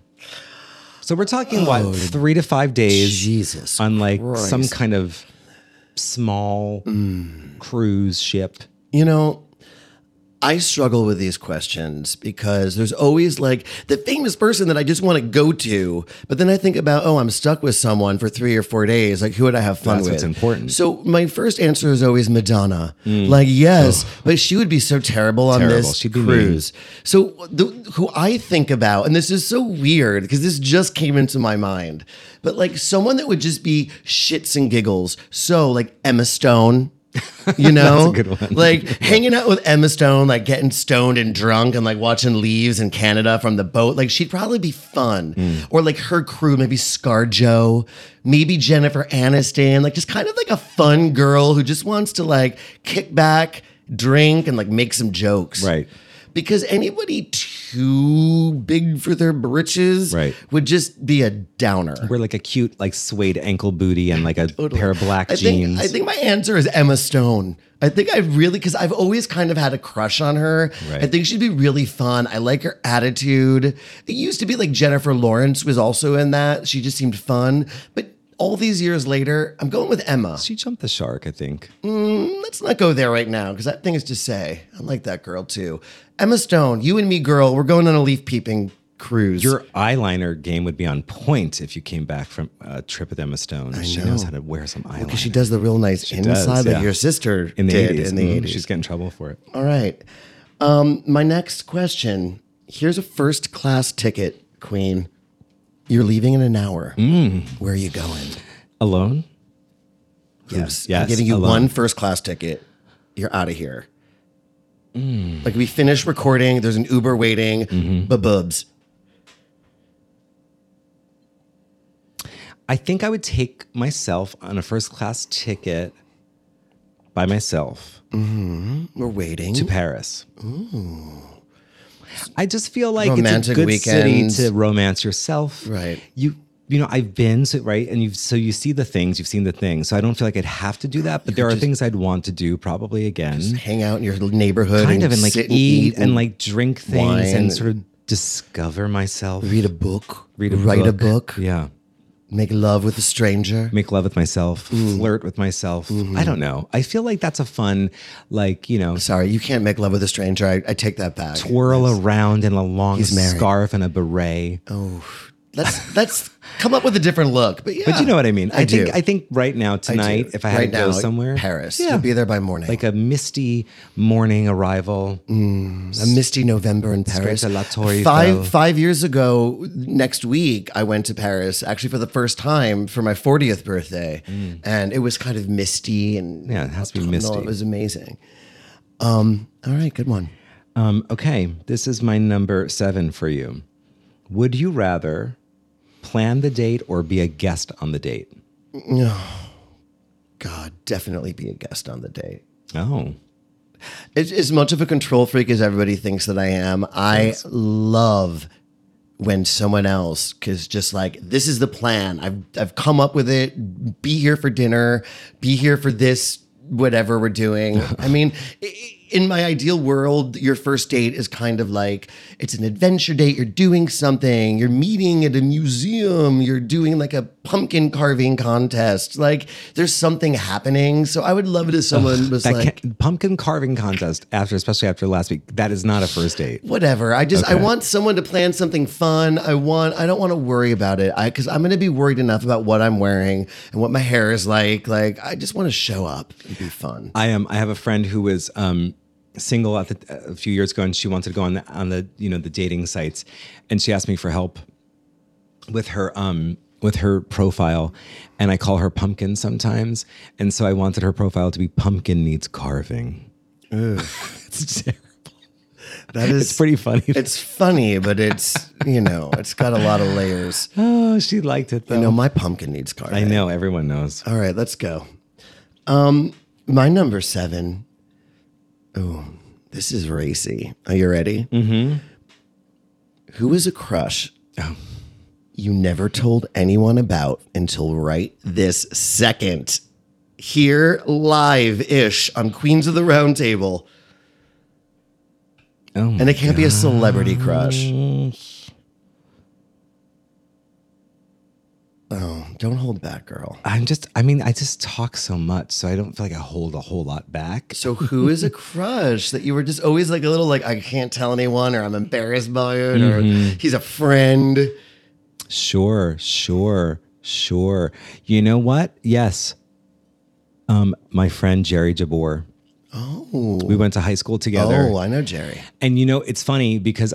[SPEAKER 3] So we're talking what three to five days
[SPEAKER 1] Oh, Jesus.
[SPEAKER 3] on like some
[SPEAKER 1] Christ. Mm.
[SPEAKER 3] kind of small cruise ship.
[SPEAKER 1] You know, I struggle with these questions because there's always like the famous person that I just want to go to, but then I think about, oh, I'm stuck with someone for three or four days. Like, who would I have fun
[SPEAKER 3] That's
[SPEAKER 1] with?
[SPEAKER 3] what's important. Mm.
[SPEAKER 1] So my first answer is always Madonna. Like, yes, but she would be so terrible on
[SPEAKER 3] Terrible.
[SPEAKER 1] this
[SPEAKER 3] She'd be
[SPEAKER 1] cruise. So the, who I think about, and this is so weird because this just came into my mind, but like someone that would just be shits and giggles. So like Emma Stone. You know,
[SPEAKER 3] good one.
[SPEAKER 1] like hanging out with Emma Stone, like getting stoned and drunk and like watching leaves in Canada from the boat. Like she'd probably be fun.
[SPEAKER 3] Mm.
[SPEAKER 1] Or like her crew, maybe ScarJo, maybe Jennifer Aniston, like just kind of like a fun girl who just wants to like kick back, drink, and like make some jokes
[SPEAKER 3] Right.
[SPEAKER 1] because anybody too big for their britches
[SPEAKER 3] Right.
[SPEAKER 1] would just be a downer.
[SPEAKER 3] Wear like a cute like suede ankle booty and like a pair of black
[SPEAKER 1] I think
[SPEAKER 3] jeans.
[SPEAKER 1] I think my answer is Emma Stone. I think I really because I've always kind of had a crush on her.
[SPEAKER 3] Right.
[SPEAKER 1] I think she'd be really fun. I like her attitude. It used to be like Jennifer Lawrence was also in that. She just seemed fun, but. All these years later, I'm going with Emma.
[SPEAKER 3] she jumped the shark, I think.
[SPEAKER 1] Let's not go there right now because that thing is to say. I like that girl too. Emma Stone, you and me, girl, we're going on a leaf peeping cruise.
[SPEAKER 3] Your eyeliner game would be on point if you came back from a trip with Emma Stone. she knows how to wear some eyeliner.
[SPEAKER 1] Because she does the real nice inside
[SPEAKER 3] does,
[SPEAKER 1] like
[SPEAKER 3] yeah.
[SPEAKER 1] your sister
[SPEAKER 3] in the
[SPEAKER 1] did
[SPEAKER 3] 80s.
[SPEAKER 1] in the
[SPEAKER 3] Mhm.
[SPEAKER 1] 80s.
[SPEAKER 3] She's getting in trouble for it.
[SPEAKER 1] All right. Um, my next question here's a first class ticket, Queen. You're leaving in an hour.
[SPEAKER 3] Mm.
[SPEAKER 1] Where are you going?
[SPEAKER 3] Alone?
[SPEAKER 1] Yes. I'm
[SPEAKER 3] yes,
[SPEAKER 1] giving you
[SPEAKER 3] alone.
[SPEAKER 1] one first class ticket. You're out of here.
[SPEAKER 3] Mm.
[SPEAKER 1] Like we finish recording, there's an Uber waiting,
[SPEAKER 3] Mm-hmm.
[SPEAKER 1] babubs.
[SPEAKER 3] I think I would take myself on a first class ticket by myself
[SPEAKER 1] We're waiting.
[SPEAKER 3] to Paris. I just feel like it's a
[SPEAKER 1] Romantic
[SPEAKER 3] good
[SPEAKER 1] weekends.
[SPEAKER 3] city to romance yourself.
[SPEAKER 1] Right.
[SPEAKER 3] You you know, I've been so right, and you've so you see the things, you've seen the things. So I don't feel like I'd have to do that, but there are things I'd want to do probably again.
[SPEAKER 1] Hang out in your neighborhood.
[SPEAKER 3] kind
[SPEAKER 1] and
[SPEAKER 3] of and like
[SPEAKER 1] sit
[SPEAKER 3] eat,
[SPEAKER 1] and eat
[SPEAKER 3] and, like drink things
[SPEAKER 1] wine
[SPEAKER 3] and
[SPEAKER 1] and-
[SPEAKER 3] sort of discover myself.
[SPEAKER 1] read a book.
[SPEAKER 3] read a
[SPEAKER 1] write
[SPEAKER 3] book.
[SPEAKER 1] a book.
[SPEAKER 3] Yeah.
[SPEAKER 1] Make love with a stranger.
[SPEAKER 3] Make love with myself,
[SPEAKER 1] Mm.
[SPEAKER 3] flirt with myself.
[SPEAKER 1] Mm-hmm.
[SPEAKER 3] I don't know. I feel like that's a fun, like, you know,
[SPEAKER 1] Sorry, you can't make love with a stranger. I, I take that back.
[SPEAKER 3] twirl around in a long
[SPEAKER 1] married. Oh.
[SPEAKER 3] scarf and a beret.
[SPEAKER 1] Let's let's come up with a different look. But yeah,
[SPEAKER 3] But you know what I mean? I,
[SPEAKER 1] I
[SPEAKER 3] think
[SPEAKER 1] do.
[SPEAKER 3] I think right now,
[SPEAKER 1] I do.
[SPEAKER 3] tonight, if I had
[SPEAKER 1] Right
[SPEAKER 3] to go
[SPEAKER 1] now,
[SPEAKER 3] somewhere.
[SPEAKER 1] Paris,
[SPEAKER 3] Yeah.
[SPEAKER 1] you'll be there by morning.
[SPEAKER 3] Like a misty morning arrival.
[SPEAKER 1] a misty November in Paris.
[SPEAKER 3] to La Tour Eiffel.
[SPEAKER 1] Five five years ago, next week I went to Paris actually for the first time for my 40th birthday, and it was kind of misty and
[SPEAKER 3] Mm. Yeah, it has to be
[SPEAKER 1] autumnal.
[SPEAKER 3] misty.
[SPEAKER 1] It was amazing. Um, all right, good one.
[SPEAKER 3] Um, okay, this is my number seven for you. Would you rather plan the date or be a guest on the date?
[SPEAKER 1] God, definitely be a guest on the date.
[SPEAKER 3] Oh,
[SPEAKER 1] As, as much of a control freak as everybody thinks that I am, I love when someone else is just like, "This is the plan. I've I've come up with it. Be here for dinner. Be here for this. Whatever we're doing." I mean. i- i in my ideal world, your first date is kind of like it's an adventure date. You're doing something. You're meeting at a museum. You're doing like a pumpkin carving contest. Like there's something happening. So I would love it if someone was
[SPEAKER 3] That
[SPEAKER 1] like,
[SPEAKER 3] can't- pumpkin carving contest after, especially after last week. That is not a first date.
[SPEAKER 1] whatever. I just I
[SPEAKER 3] Okay.
[SPEAKER 1] want someone to plan something fun. I want I don't want to worry about it. I because I'm gonna be worried enough about what I'm wearing and what my hair is like. Like I just want to show up and be fun.
[SPEAKER 3] I am. I have a friend who was um, single at the, a few years ago, and she wanted to go on the, on the you know the dating sites, and she asked me for help with her um with her profile, and I call her pumpkin sometimes, and so I wanted her profile to be pumpkin needs carving. it's terrible.
[SPEAKER 1] That is
[SPEAKER 3] It's pretty funny.
[SPEAKER 1] It's funny, but it's you know it's got a lot of layers.
[SPEAKER 3] oh, she liked it though.
[SPEAKER 1] You know my pumpkin needs carving.
[SPEAKER 3] I know everyone knows.
[SPEAKER 1] All right, let's go. Um, my number seven. Oh, this is racy. Are you ready? Mm-hmm. Who is a crush you never told anyone about until right this second? Here live ish on Queens of the Round Table.
[SPEAKER 3] Oh,
[SPEAKER 1] And it can't be a celebrity crush. Oh, don't hold back, girl.
[SPEAKER 3] I'm just. I mean, I just talk so much, so I don't feel like I hold a whole lot back.
[SPEAKER 1] So who is a crush that you were just always like a little like I can't tell anyone or I'm embarrassed by it or
[SPEAKER 3] Mm-hmm.
[SPEAKER 1] he's a friend.
[SPEAKER 3] Sure, sure, sure. You know what? Yes. Um, my friend Jerry Jabor.
[SPEAKER 1] Oh.
[SPEAKER 3] We went to high school together.
[SPEAKER 1] Oh, I know Jerry.
[SPEAKER 3] And you know, it's funny because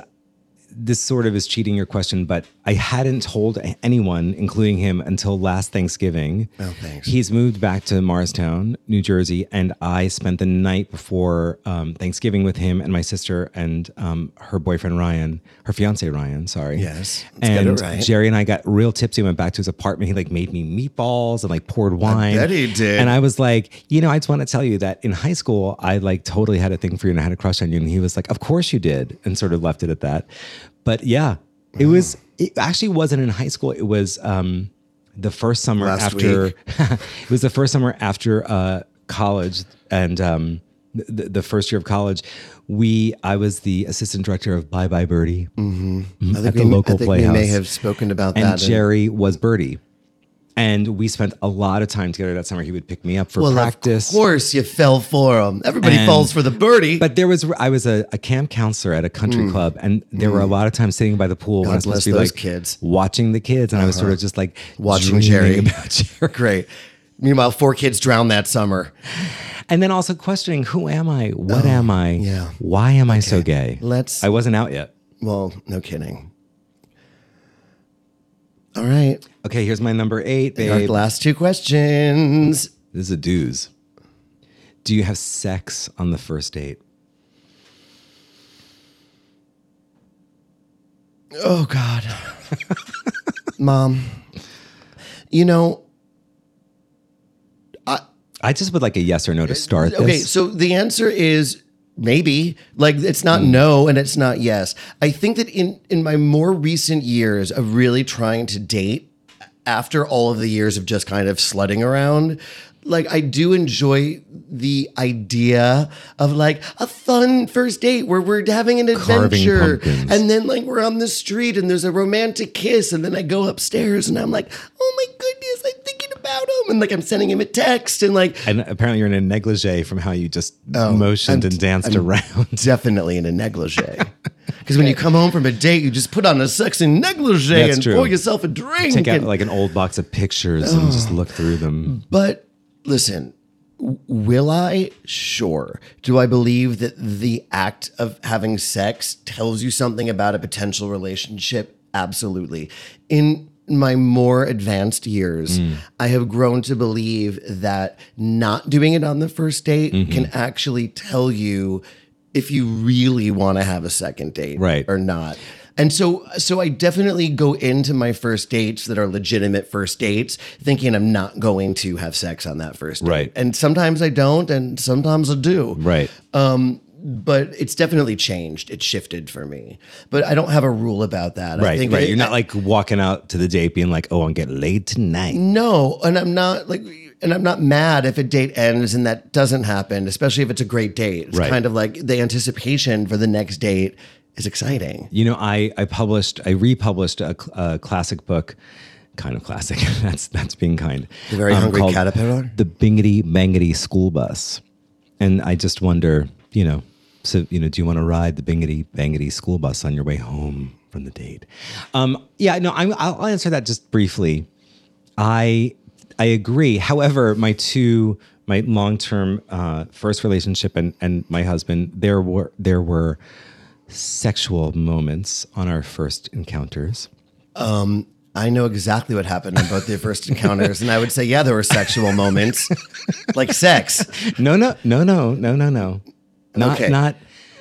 [SPEAKER 3] this sort of is cheating your question, but I hadn't told a- anyone, including him, until last Thanksgiving.
[SPEAKER 1] Oh, thanks.
[SPEAKER 3] He's moved back to Morristown, New Jersey, and I spent the night before um, Thanksgiving with him and my sister and um, her boyfriend Ryan, her fiance Ryan. Sorry.
[SPEAKER 1] Yes, let's get it
[SPEAKER 3] And
[SPEAKER 1] right.
[SPEAKER 3] Jerry and I got real tipsy. Went back to his apartment. He like made me meatballs and like poured wine.
[SPEAKER 1] bet he did.
[SPEAKER 3] And I was like, you know, I just want to tell you that in high school, I like totally had a thing for you and I had a crush on you. And he was like, of course you did, and sort of left it at that. But yeah, it was. It actually wasn't in high school. It was um, the first summer
[SPEAKER 1] Last
[SPEAKER 3] after.
[SPEAKER 1] week.
[SPEAKER 3] it was the first summer after uh, college and. Um, the, the first year of college, we I was the assistant director of Bye Bye Birdie
[SPEAKER 1] I think,
[SPEAKER 3] at
[SPEAKER 1] we,
[SPEAKER 3] the local
[SPEAKER 1] I think
[SPEAKER 3] playhouse.
[SPEAKER 1] we may have spoken about
[SPEAKER 3] and
[SPEAKER 1] Mm-hmm. that. in-
[SPEAKER 3] Jerry was Birdie. And we spent a lot of time together that summer. He would pick me up for
[SPEAKER 1] well,
[SPEAKER 3] practice.
[SPEAKER 1] of course you fell for him. Everybody
[SPEAKER 3] And-
[SPEAKER 1] falls for the birdie.
[SPEAKER 3] But there was I was a, a camp counselor at a country club, and there were a lot of times sitting by the pool when I was
[SPEAKER 1] Mm. bless
[SPEAKER 3] supposed to be
[SPEAKER 1] those
[SPEAKER 3] like
[SPEAKER 1] kids. Uh-huh.
[SPEAKER 3] watching the kids, and I was sort of just like
[SPEAKER 1] Watching
[SPEAKER 3] dreaming
[SPEAKER 1] Jerry.
[SPEAKER 3] about Jerry.
[SPEAKER 1] great. Meanwhile, four kids drowned that summer.
[SPEAKER 3] and then also questioning who am I, what am
[SPEAKER 1] Oh,
[SPEAKER 3] I,
[SPEAKER 1] yeah.
[SPEAKER 3] why am I so gay?
[SPEAKER 1] Let's-
[SPEAKER 3] I wasn't out yet.
[SPEAKER 1] Well, no kidding. All right.
[SPEAKER 3] Okay, here's my number eight,
[SPEAKER 1] Our
[SPEAKER 3] babe.
[SPEAKER 1] last two questions.
[SPEAKER 3] This is a do's. Do you have sex on the first date?
[SPEAKER 1] Oh God, Mom. You know,
[SPEAKER 3] I just would like a yes or no to start this.
[SPEAKER 1] Uh, okay. So the answer is maybe. Like it's not
[SPEAKER 3] Hmm.
[SPEAKER 1] no, and it's not yes. I think that in in my more recent years of really trying to date, after all of the years of just kind of slutting around. Like I do enjoy the idea of like a fun first date where we're having an
[SPEAKER 3] Carving
[SPEAKER 1] adventure
[SPEAKER 3] pumpkins.
[SPEAKER 1] and then like we're on the street and there's a romantic kiss and then I go upstairs and I'm like, "Oh my goodness, I'm thinking about him." And like I'm sending him a text and like
[SPEAKER 3] And apparently you're in a negligee from how you just
[SPEAKER 1] Oh,
[SPEAKER 3] motioned and danced around.
[SPEAKER 1] definitely in a negligee. Because when you come home from a date, you just put on a sexy negligee
[SPEAKER 3] That's
[SPEAKER 1] and
[SPEAKER 3] true.
[SPEAKER 1] pour yourself a drink.
[SPEAKER 3] Take out
[SPEAKER 1] and-
[SPEAKER 3] like an old box of pictures and
[SPEAKER 1] Oh.
[SPEAKER 3] just look through them.
[SPEAKER 1] but listen, w- will I? Sure. Do I believe that the act of having sex tells you something about a potential relationship? Absolutely. In my more advanced years,
[SPEAKER 3] Mm.
[SPEAKER 1] I have grown to believe that not doing it on the first date
[SPEAKER 3] Mm-hmm.
[SPEAKER 1] can actually tell you if you really want to have a second date
[SPEAKER 3] Right.
[SPEAKER 1] or not. And so so I definitely go into my first dates that are legitimate first dates thinking I'm not going to have sex on that first date.
[SPEAKER 3] Right.
[SPEAKER 1] And sometimes I don't and sometimes I do.
[SPEAKER 3] Right.
[SPEAKER 1] But it's definitely changed. It's shifted for me. But I don't have a rule about that. I
[SPEAKER 3] right.
[SPEAKER 1] think
[SPEAKER 3] Right.
[SPEAKER 1] it-
[SPEAKER 3] You're not like walking out to the date being like, oh, I'm getting laid tonight.
[SPEAKER 1] No, and I'm not like and I'm not mad if a date ends and that doesn't happen, especially if it's a great date. It's
[SPEAKER 3] Right.
[SPEAKER 1] kind of like the anticipation for the next date is exciting.
[SPEAKER 3] You know, I I published, I republished a, cl- a classic book, kind of classic. that's that's being kind. um,
[SPEAKER 1] The Very Hungry
[SPEAKER 3] called
[SPEAKER 1] Caterpillar?
[SPEAKER 3] The Bingity Bangity School Bus, and I just wonder, you know, so you know, do you want to ride the Bingity Bangity School Bus on your way home from the date? Um, yeah, no, I'm, I'll I'll answer that just briefly. I I agree. However, my two my long term uh, first relationship and and my husband there were there were sexual moments on our first encounters.
[SPEAKER 1] I know exactly what happened on both their first encounters, and I would say, yeah, there were sexual moments, like sex.
[SPEAKER 3] No, no, no, no, no, no, no. Not
[SPEAKER 1] Okay.
[SPEAKER 3] not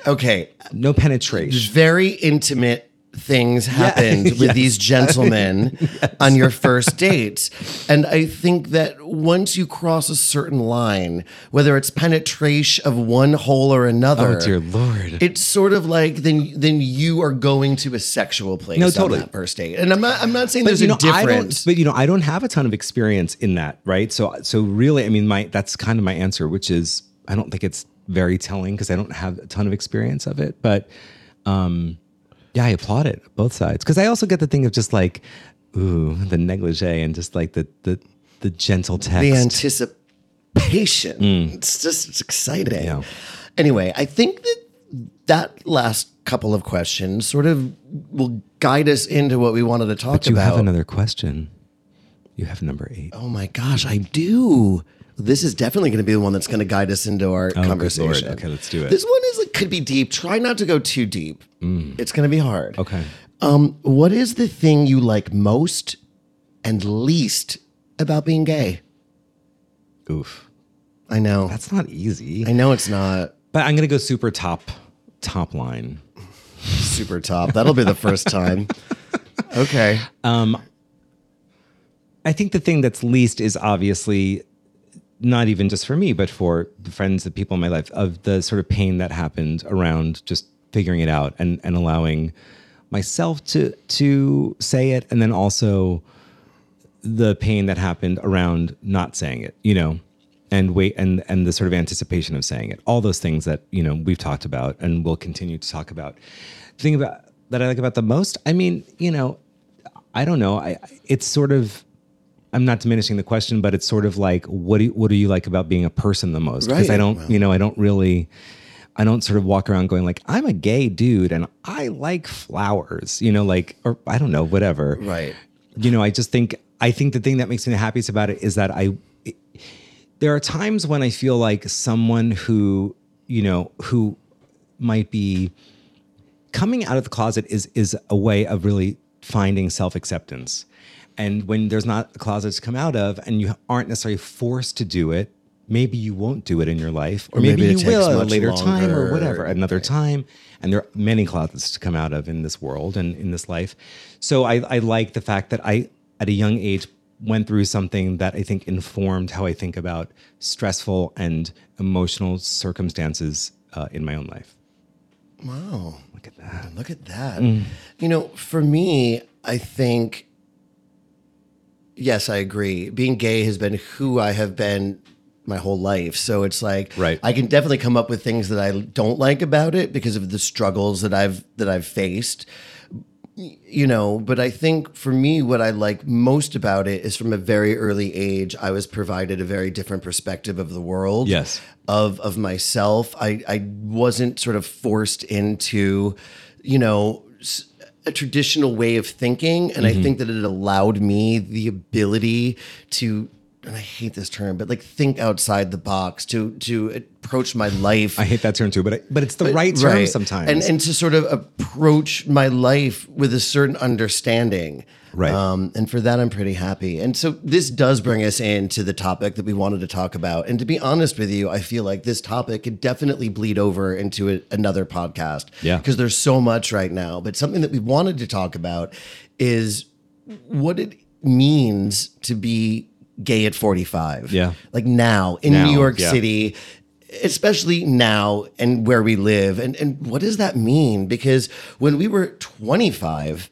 [SPEAKER 1] Okay,
[SPEAKER 3] no penetration.
[SPEAKER 1] very intimate things happened with
[SPEAKER 3] Yes.
[SPEAKER 1] these gentlemen on your first dates. And I think that once you cross a certain line, whether it's penetration of one hole or another,
[SPEAKER 3] Oh dear lord.
[SPEAKER 1] it's sort of like then then you are going to a sexual place
[SPEAKER 3] No,
[SPEAKER 1] on
[SPEAKER 3] totally.
[SPEAKER 1] that first date. And I'm not I'm not saying there's
[SPEAKER 3] you know,
[SPEAKER 1] a
[SPEAKER 3] I don't,
[SPEAKER 1] difference.
[SPEAKER 3] but you know, I don't have a ton of experience in that, right? So, so really, I mean, my that's kind of my answer, which is I don't think it's very telling because I don't have a ton of experience of it. But um, yeah, I applaud it both sides because I also get the thing of just like, ooh, the negligee and just like the the the gentle text.
[SPEAKER 1] the anticipation. It's just it's exciting.
[SPEAKER 3] Mm. Yeah.
[SPEAKER 1] Anyway, I think that that last couple of questions sort of will guide us into what we wanted to talk
[SPEAKER 3] you
[SPEAKER 1] about.
[SPEAKER 3] have another question. You have number eight.
[SPEAKER 1] oh my gosh, I do. This is definitely going to be the one that's going to guide us into our
[SPEAKER 3] Oh, good
[SPEAKER 1] conversation.
[SPEAKER 3] lord. Okay, let's do it.
[SPEAKER 1] This one is like could be deep. Try not to go too deep. It's going to be hard.
[SPEAKER 3] Mm. Okay.
[SPEAKER 1] Um, what is the thing you like most and least about being gay?
[SPEAKER 3] Oof.
[SPEAKER 1] I know.
[SPEAKER 3] That's not easy.
[SPEAKER 1] I know it's not
[SPEAKER 3] But I'm gonna go super top top line.
[SPEAKER 1] super top. That'll be the first time. Okay.
[SPEAKER 3] I think the thing that's least is obviously not even just for me, but for the friends, the people in my life, of the sort of pain that happened around just figuring it out and and allowing myself to to say it, and then also the pain that happened around not saying it, you know, and wait and and the sort of anticipation of saying it. All those things that, you know, we've talked about and will continue to talk about. The thing about that I like about the most, I mean, you know, I don't know. I it's sort of I'm not diminishing the question, but it's sort of like what do you, what do you like about being a person the most? Because I
[SPEAKER 1] Right.
[SPEAKER 3] don't, you know, I don't really I don't sort of walk around going like I'm a gay dude and I like flowers, you know, like or I don't know, whatever
[SPEAKER 1] Right.
[SPEAKER 3] you know, I just think I think the thing that makes me the happiest about it is that I there are times when I feel like someone who, you know, who might be coming out of the closet is is a way of really finding self-acceptance. And when there's not a closet to come out of and you aren't necessarily forced to do it, maybe you won't do it in your life or, maybe,
[SPEAKER 1] maybe it
[SPEAKER 3] you
[SPEAKER 1] takes
[SPEAKER 3] will at a
[SPEAKER 1] much
[SPEAKER 3] later time or
[SPEAKER 1] longer.
[SPEAKER 3] whatever, another time. And there are many closets to come out of in this world and in this life. So I, I like the fact that I, at a young age, went through something that I think informed how I think about stressful and emotional circumstances uh, in my own life.
[SPEAKER 1] Wow.
[SPEAKER 3] Look at that.
[SPEAKER 1] Look at that. Mm. You know, for me, I think, yes, I agree. Being gay has been who I have been my whole life. So it's like,
[SPEAKER 3] Right.
[SPEAKER 1] I can definitely come up with things that I don't like about it because of the struggles that I've that I've faced. You know, but I think for me, what I like most about it is from a very early age, I was provided a very different perspective of the world
[SPEAKER 3] Yes.
[SPEAKER 1] of of myself. I I wasn't sort of forced into, you know, s- a traditional way of thinking, and I think that it allowed me the ability to. And I hate this term, but like think outside the box to to approach my life
[SPEAKER 3] I hate that term too, but I, but it's the right term sometimes.
[SPEAKER 1] and and to sort of approach my life with a certain understanding.
[SPEAKER 3] Right.
[SPEAKER 1] Um, and for that, I'm pretty happy. And so this does bring us into the topic that we wanted to talk about. And to be honest with you, I feel like this topic could definitely bleed over into a, another podcast.
[SPEAKER 3] Yeah.
[SPEAKER 1] Because there's so much right now. But something that we wanted to talk about is what it means to be gay at 45.
[SPEAKER 3] Yeah.
[SPEAKER 1] Like now in
[SPEAKER 3] Now,
[SPEAKER 1] New York
[SPEAKER 3] yeah.
[SPEAKER 1] City city, especially now and where we live. And, and what does that mean? Because when we were 25,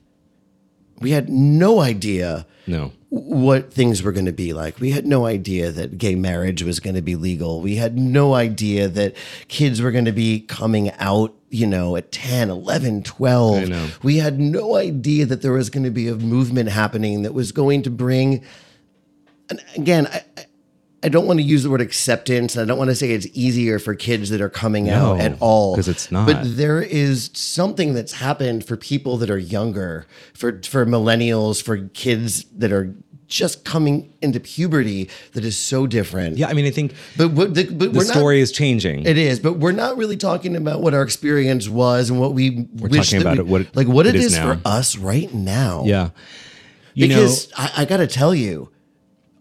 [SPEAKER 1] we had no idea
[SPEAKER 3] no.
[SPEAKER 1] what things were going to be like. We had no idea that gay marriage was going to be legal. We had no idea that kids were going to be coming out, you know, at 10, 11, 12.
[SPEAKER 3] I know.
[SPEAKER 1] We had no idea that there was going to be a movement happening that was going to bring, and again, I, I- I don't want to use the word acceptance. and I don't want to say it's easier for kids that are coming out
[SPEAKER 3] No,
[SPEAKER 1] at all.
[SPEAKER 3] 'cause it's not.
[SPEAKER 1] But there is something that's happened for people that are younger, for for millennials, for kids that are just coming into puberty that is so different.
[SPEAKER 3] Yeah, I mean, I think
[SPEAKER 1] But what the, but
[SPEAKER 3] the
[SPEAKER 1] we're
[SPEAKER 3] story
[SPEAKER 1] not,
[SPEAKER 3] is changing.
[SPEAKER 1] it is, but we're not really talking about what our experience was and what we we're wish
[SPEAKER 3] talking
[SPEAKER 1] that
[SPEAKER 3] about
[SPEAKER 1] we-
[SPEAKER 3] it- what it-
[SPEAKER 1] like what
[SPEAKER 3] it
[SPEAKER 1] it
[SPEAKER 3] is
[SPEAKER 1] is, for
[SPEAKER 3] now.
[SPEAKER 1] us right now.
[SPEAKER 3] yeah. You
[SPEAKER 1] Because I, I got to tell you,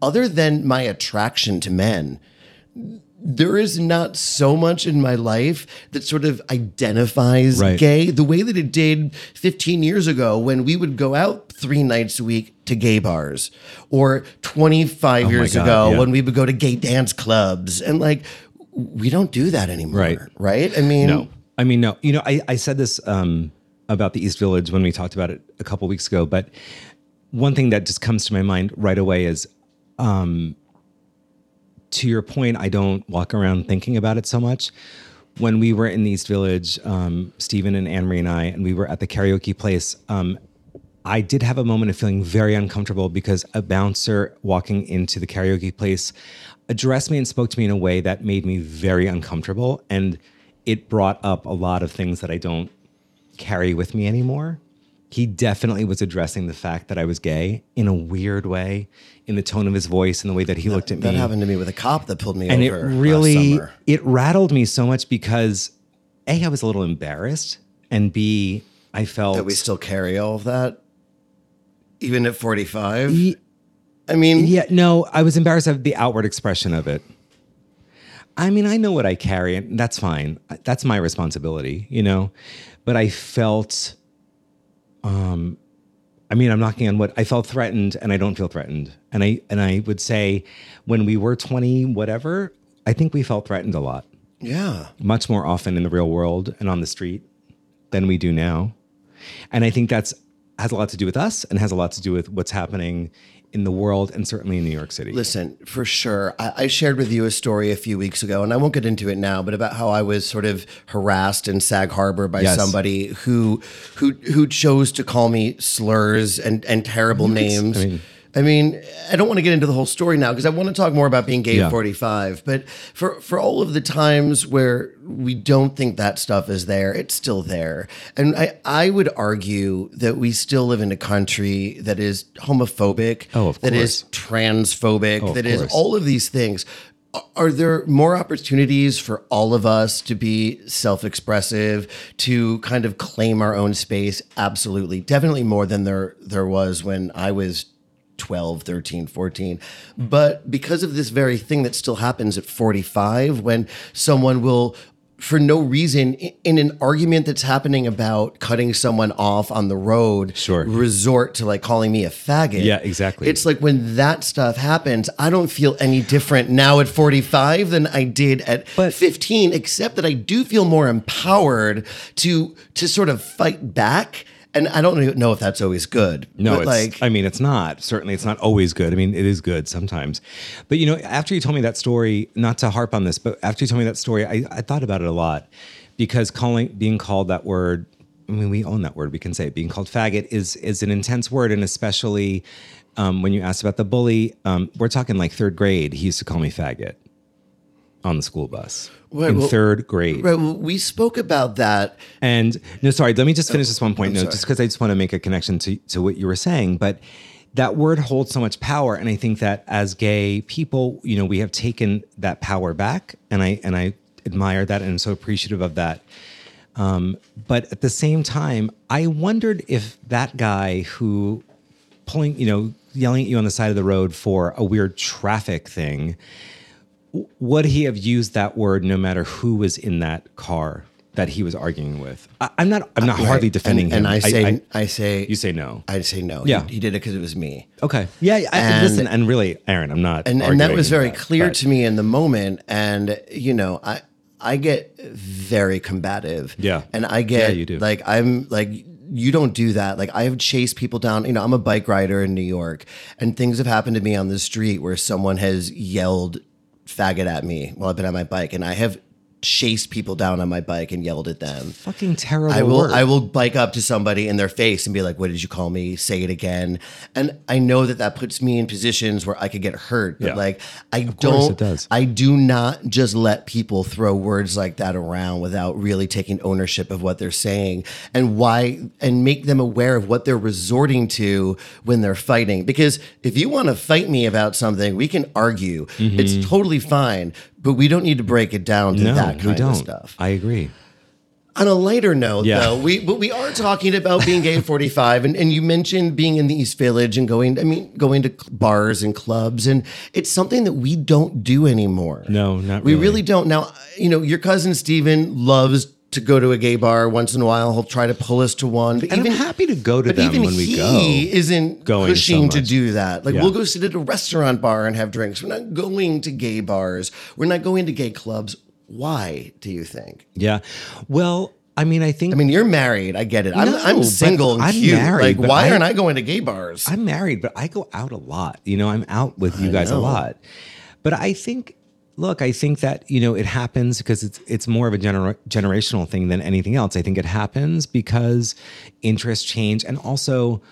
[SPEAKER 1] other than my attraction to men, there is not so much in my life that sort of identifies
[SPEAKER 3] Right.
[SPEAKER 1] gay the way that it did 15 years ago when we would go out three nights a week to gay bars or 25 years
[SPEAKER 3] Oh God,
[SPEAKER 1] ago
[SPEAKER 3] yeah.
[SPEAKER 1] when we would go to gay dance clubs. And like, we don't do that anymore.
[SPEAKER 3] Right.
[SPEAKER 1] Right. I mean,
[SPEAKER 3] No, I mean no. You know, I, I said this um, about the East Village when we talked about it a couple weeks ago, but one thing that just comes to my mind right away is, um, to your point, I don't walk around thinking about it so much. When we were in the East Village, um, Stephen and Anne Marie and I, and we were at the karaoke place. Um, I did have a moment of feeling very uncomfortable because a bouncer walking into the karaoke place addressed me and spoke to me in a way that made me very uncomfortable. And it brought up a lot of things that I don't carry with me anymore. He definitely was addressing the fact that I was gay in a weird way, in the tone of his voice and the way that he looked at
[SPEAKER 1] that
[SPEAKER 3] me
[SPEAKER 1] happened to me with a cop that pulled me
[SPEAKER 3] and it
[SPEAKER 1] over. last
[SPEAKER 3] really
[SPEAKER 1] summer.
[SPEAKER 3] it rattled me so much because a i was a little embarrassed and b i felt
[SPEAKER 1] that we still carry all of that, even at 45.
[SPEAKER 3] Ye-
[SPEAKER 1] I mean,
[SPEAKER 3] yeah no i was embarrassed of the outward expression of it i mean i know what i carry and that's fine that's my responsibility you know but i felt um i mean i'm knocking on wood i felt threatened and i don't feel threatened and i and i would say when we were 20 whatever i think we felt threatened a lot
[SPEAKER 1] yeah,
[SPEAKER 3] much more often in the real world and on the street than we do now. And I think that's has a lot to do with us and has a lot to do with what's happening in the world and certainly in New York City.
[SPEAKER 1] Listen, for sure. I, I shared with you a story a few weeks ago, and I won't get into it now, but about how I was sort of harassed in Sag Harbor by
[SPEAKER 3] Yes.
[SPEAKER 1] somebody who who who chose to call me slurs and and terrible names. I mean, I don't want to get into the whole story now because I want to talk more about being gay
[SPEAKER 3] Yeah.
[SPEAKER 1] at 45. But for for all of the times where we don't think that stuff is there, it's still there. And I I would argue that we still live in a country that is homophobic,
[SPEAKER 3] Oh, of
[SPEAKER 1] that
[SPEAKER 3] course.
[SPEAKER 1] is transphobic,
[SPEAKER 3] Oh, of
[SPEAKER 1] that is
[SPEAKER 3] course.
[SPEAKER 1] all of these things. A- Are there more opportunities for all of us to be self expressive, to kind of claim our own space? Absolutely. Definitely more than there, there was when I was 12, 13, 14. But because of this very thing that still happens at 45, when someone will for no reason i- in an argument that's happening about cutting someone off on the road
[SPEAKER 3] Sure.
[SPEAKER 1] resort to like calling me a faggot
[SPEAKER 3] Yeah, exactly.
[SPEAKER 1] it's like when that stuff happens, I don't feel any different now at 45 than I did at
[SPEAKER 3] But-
[SPEAKER 1] 15, except that I do feel more empowered to to sort of fight back. And I don't even know if that's always good.
[SPEAKER 3] No,
[SPEAKER 1] but
[SPEAKER 3] it's,
[SPEAKER 1] like
[SPEAKER 3] I mean, it's not. Certainly, it's not always good. I mean, it is good sometimes. But, you know, after you told me that story, not to harp on this, but after you told me that story, I, I thought about it a lot because calling, being called that word, I mean, we own that word. We can say it. Being called faggot is is an intense word, and especially um, when you asked about the bully, um, we're talking like third grade. He used to call me faggot on the school bus
[SPEAKER 1] Wait,
[SPEAKER 3] in
[SPEAKER 1] well-
[SPEAKER 3] third grade.
[SPEAKER 1] right, well, we spoke about that.
[SPEAKER 3] And no, sorry, let me just finish this one point. no,
[SPEAKER 1] sorry.
[SPEAKER 3] just because I just want to make a connection to, to what you were saying, but that word holds so much power. And I think that as gay people, you know, we have taken that power back. And I and I admire that and am so appreciative of that. Um, but at the same time, I wondered if that guy who pulling, you know, yelling at you on the side of the road for a weird traffic thing, w- would he have used that word no matter who was in that car that he was arguing with? I, I'm not. I'm not hardly
[SPEAKER 1] Right,
[SPEAKER 3] defending
[SPEAKER 1] and,
[SPEAKER 3] him.
[SPEAKER 1] And I say, I, say,
[SPEAKER 3] you say no.
[SPEAKER 1] I say no.
[SPEAKER 3] Yeah.
[SPEAKER 1] He, he did it because it was me.
[SPEAKER 3] okay. Yeah. I,
[SPEAKER 1] And-
[SPEAKER 3] listen, and really, Aaron, I'm not.
[SPEAKER 1] and, and that was very
[SPEAKER 3] arguing that,
[SPEAKER 1] clear
[SPEAKER 3] but-
[SPEAKER 1] to me in the moment and you know i i get very combative
[SPEAKER 3] Yeah.
[SPEAKER 1] and i get
[SPEAKER 3] Yeah, you do.
[SPEAKER 1] like i'm like you don't do that. Like I have chased people down. You know, I'm a bike rider in New York, and things have happened to me on the street where someone has yelled faggot at me while I've been on my bike, and I have chased people down on my bike and yelled at them.
[SPEAKER 3] Fucking terrible.
[SPEAKER 1] I will
[SPEAKER 3] word.
[SPEAKER 1] I will bike up to somebody in their face and be like, "What did you call me? Say it again." And I know that that puts me in positions where I could get hurt, but
[SPEAKER 3] Yeah.
[SPEAKER 1] like I
[SPEAKER 3] course
[SPEAKER 1] don't
[SPEAKER 3] it does.
[SPEAKER 1] I do not just let people throw words like that around without really taking ownership of what they're saying and why and make them aware of what they're resorting to when they're fighting. Because if you want to fight me about something, we can argue. It's totally fine, but we don't need to break it down to
[SPEAKER 3] Mm-hmm. no,
[SPEAKER 1] that kind
[SPEAKER 3] we don't.
[SPEAKER 1] of stuff
[SPEAKER 3] I agree.
[SPEAKER 1] on a lighter note
[SPEAKER 3] Yeah.
[SPEAKER 1] though we but we are talking about being gay at 45 and, and you mentioned being in the east village and going i mean going to cl- bars and clubs and it's something that we don't do anymore
[SPEAKER 3] No, not
[SPEAKER 1] we
[SPEAKER 3] really.
[SPEAKER 1] really don't now you know your cousin steven loves to go to a gay bar once in a while he'll try to pull us to one but
[SPEAKER 3] And I'm happy to go to
[SPEAKER 1] but
[SPEAKER 3] them
[SPEAKER 1] even
[SPEAKER 3] when we
[SPEAKER 1] he
[SPEAKER 3] go.
[SPEAKER 1] isn't
[SPEAKER 3] Going so
[SPEAKER 1] pushing to
[SPEAKER 3] much.
[SPEAKER 1] do that. Like
[SPEAKER 3] Yeah.
[SPEAKER 1] we'll go sit at a restaurant bar and have drinks. We're not going to gay bars. We're not going to gay clubs. Why do you think?
[SPEAKER 3] Yeah. Well, I mean, I think
[SPEAKER 1] I mean, you're married. I get it. I'm,
[SPEAKER 3] No,
[SPEAKER 1] I'm
[SPEAKER 3] but
[SPEAKER 1] single and
[SPEAKER 3] I'm
[SPEAKER 1] cute.
[SPEAKER 3] married,
[SPEAKER 1] like,
[SPEAKER 3] but
[SPEAKER 1] why
[SPEAKER 3] I-
[SPEAKER 1] aren't I going to gay bars?
[SPEAKER 3] I'm married, but I go out a lot. You know, I'm out with you guys a
[SPEAKER 1] know.
[SPEAKER 3] lot. But I think, look, I think that you know it happens because it's it's more of a gener- generational thing than anything else. I think it happens because interests change, and also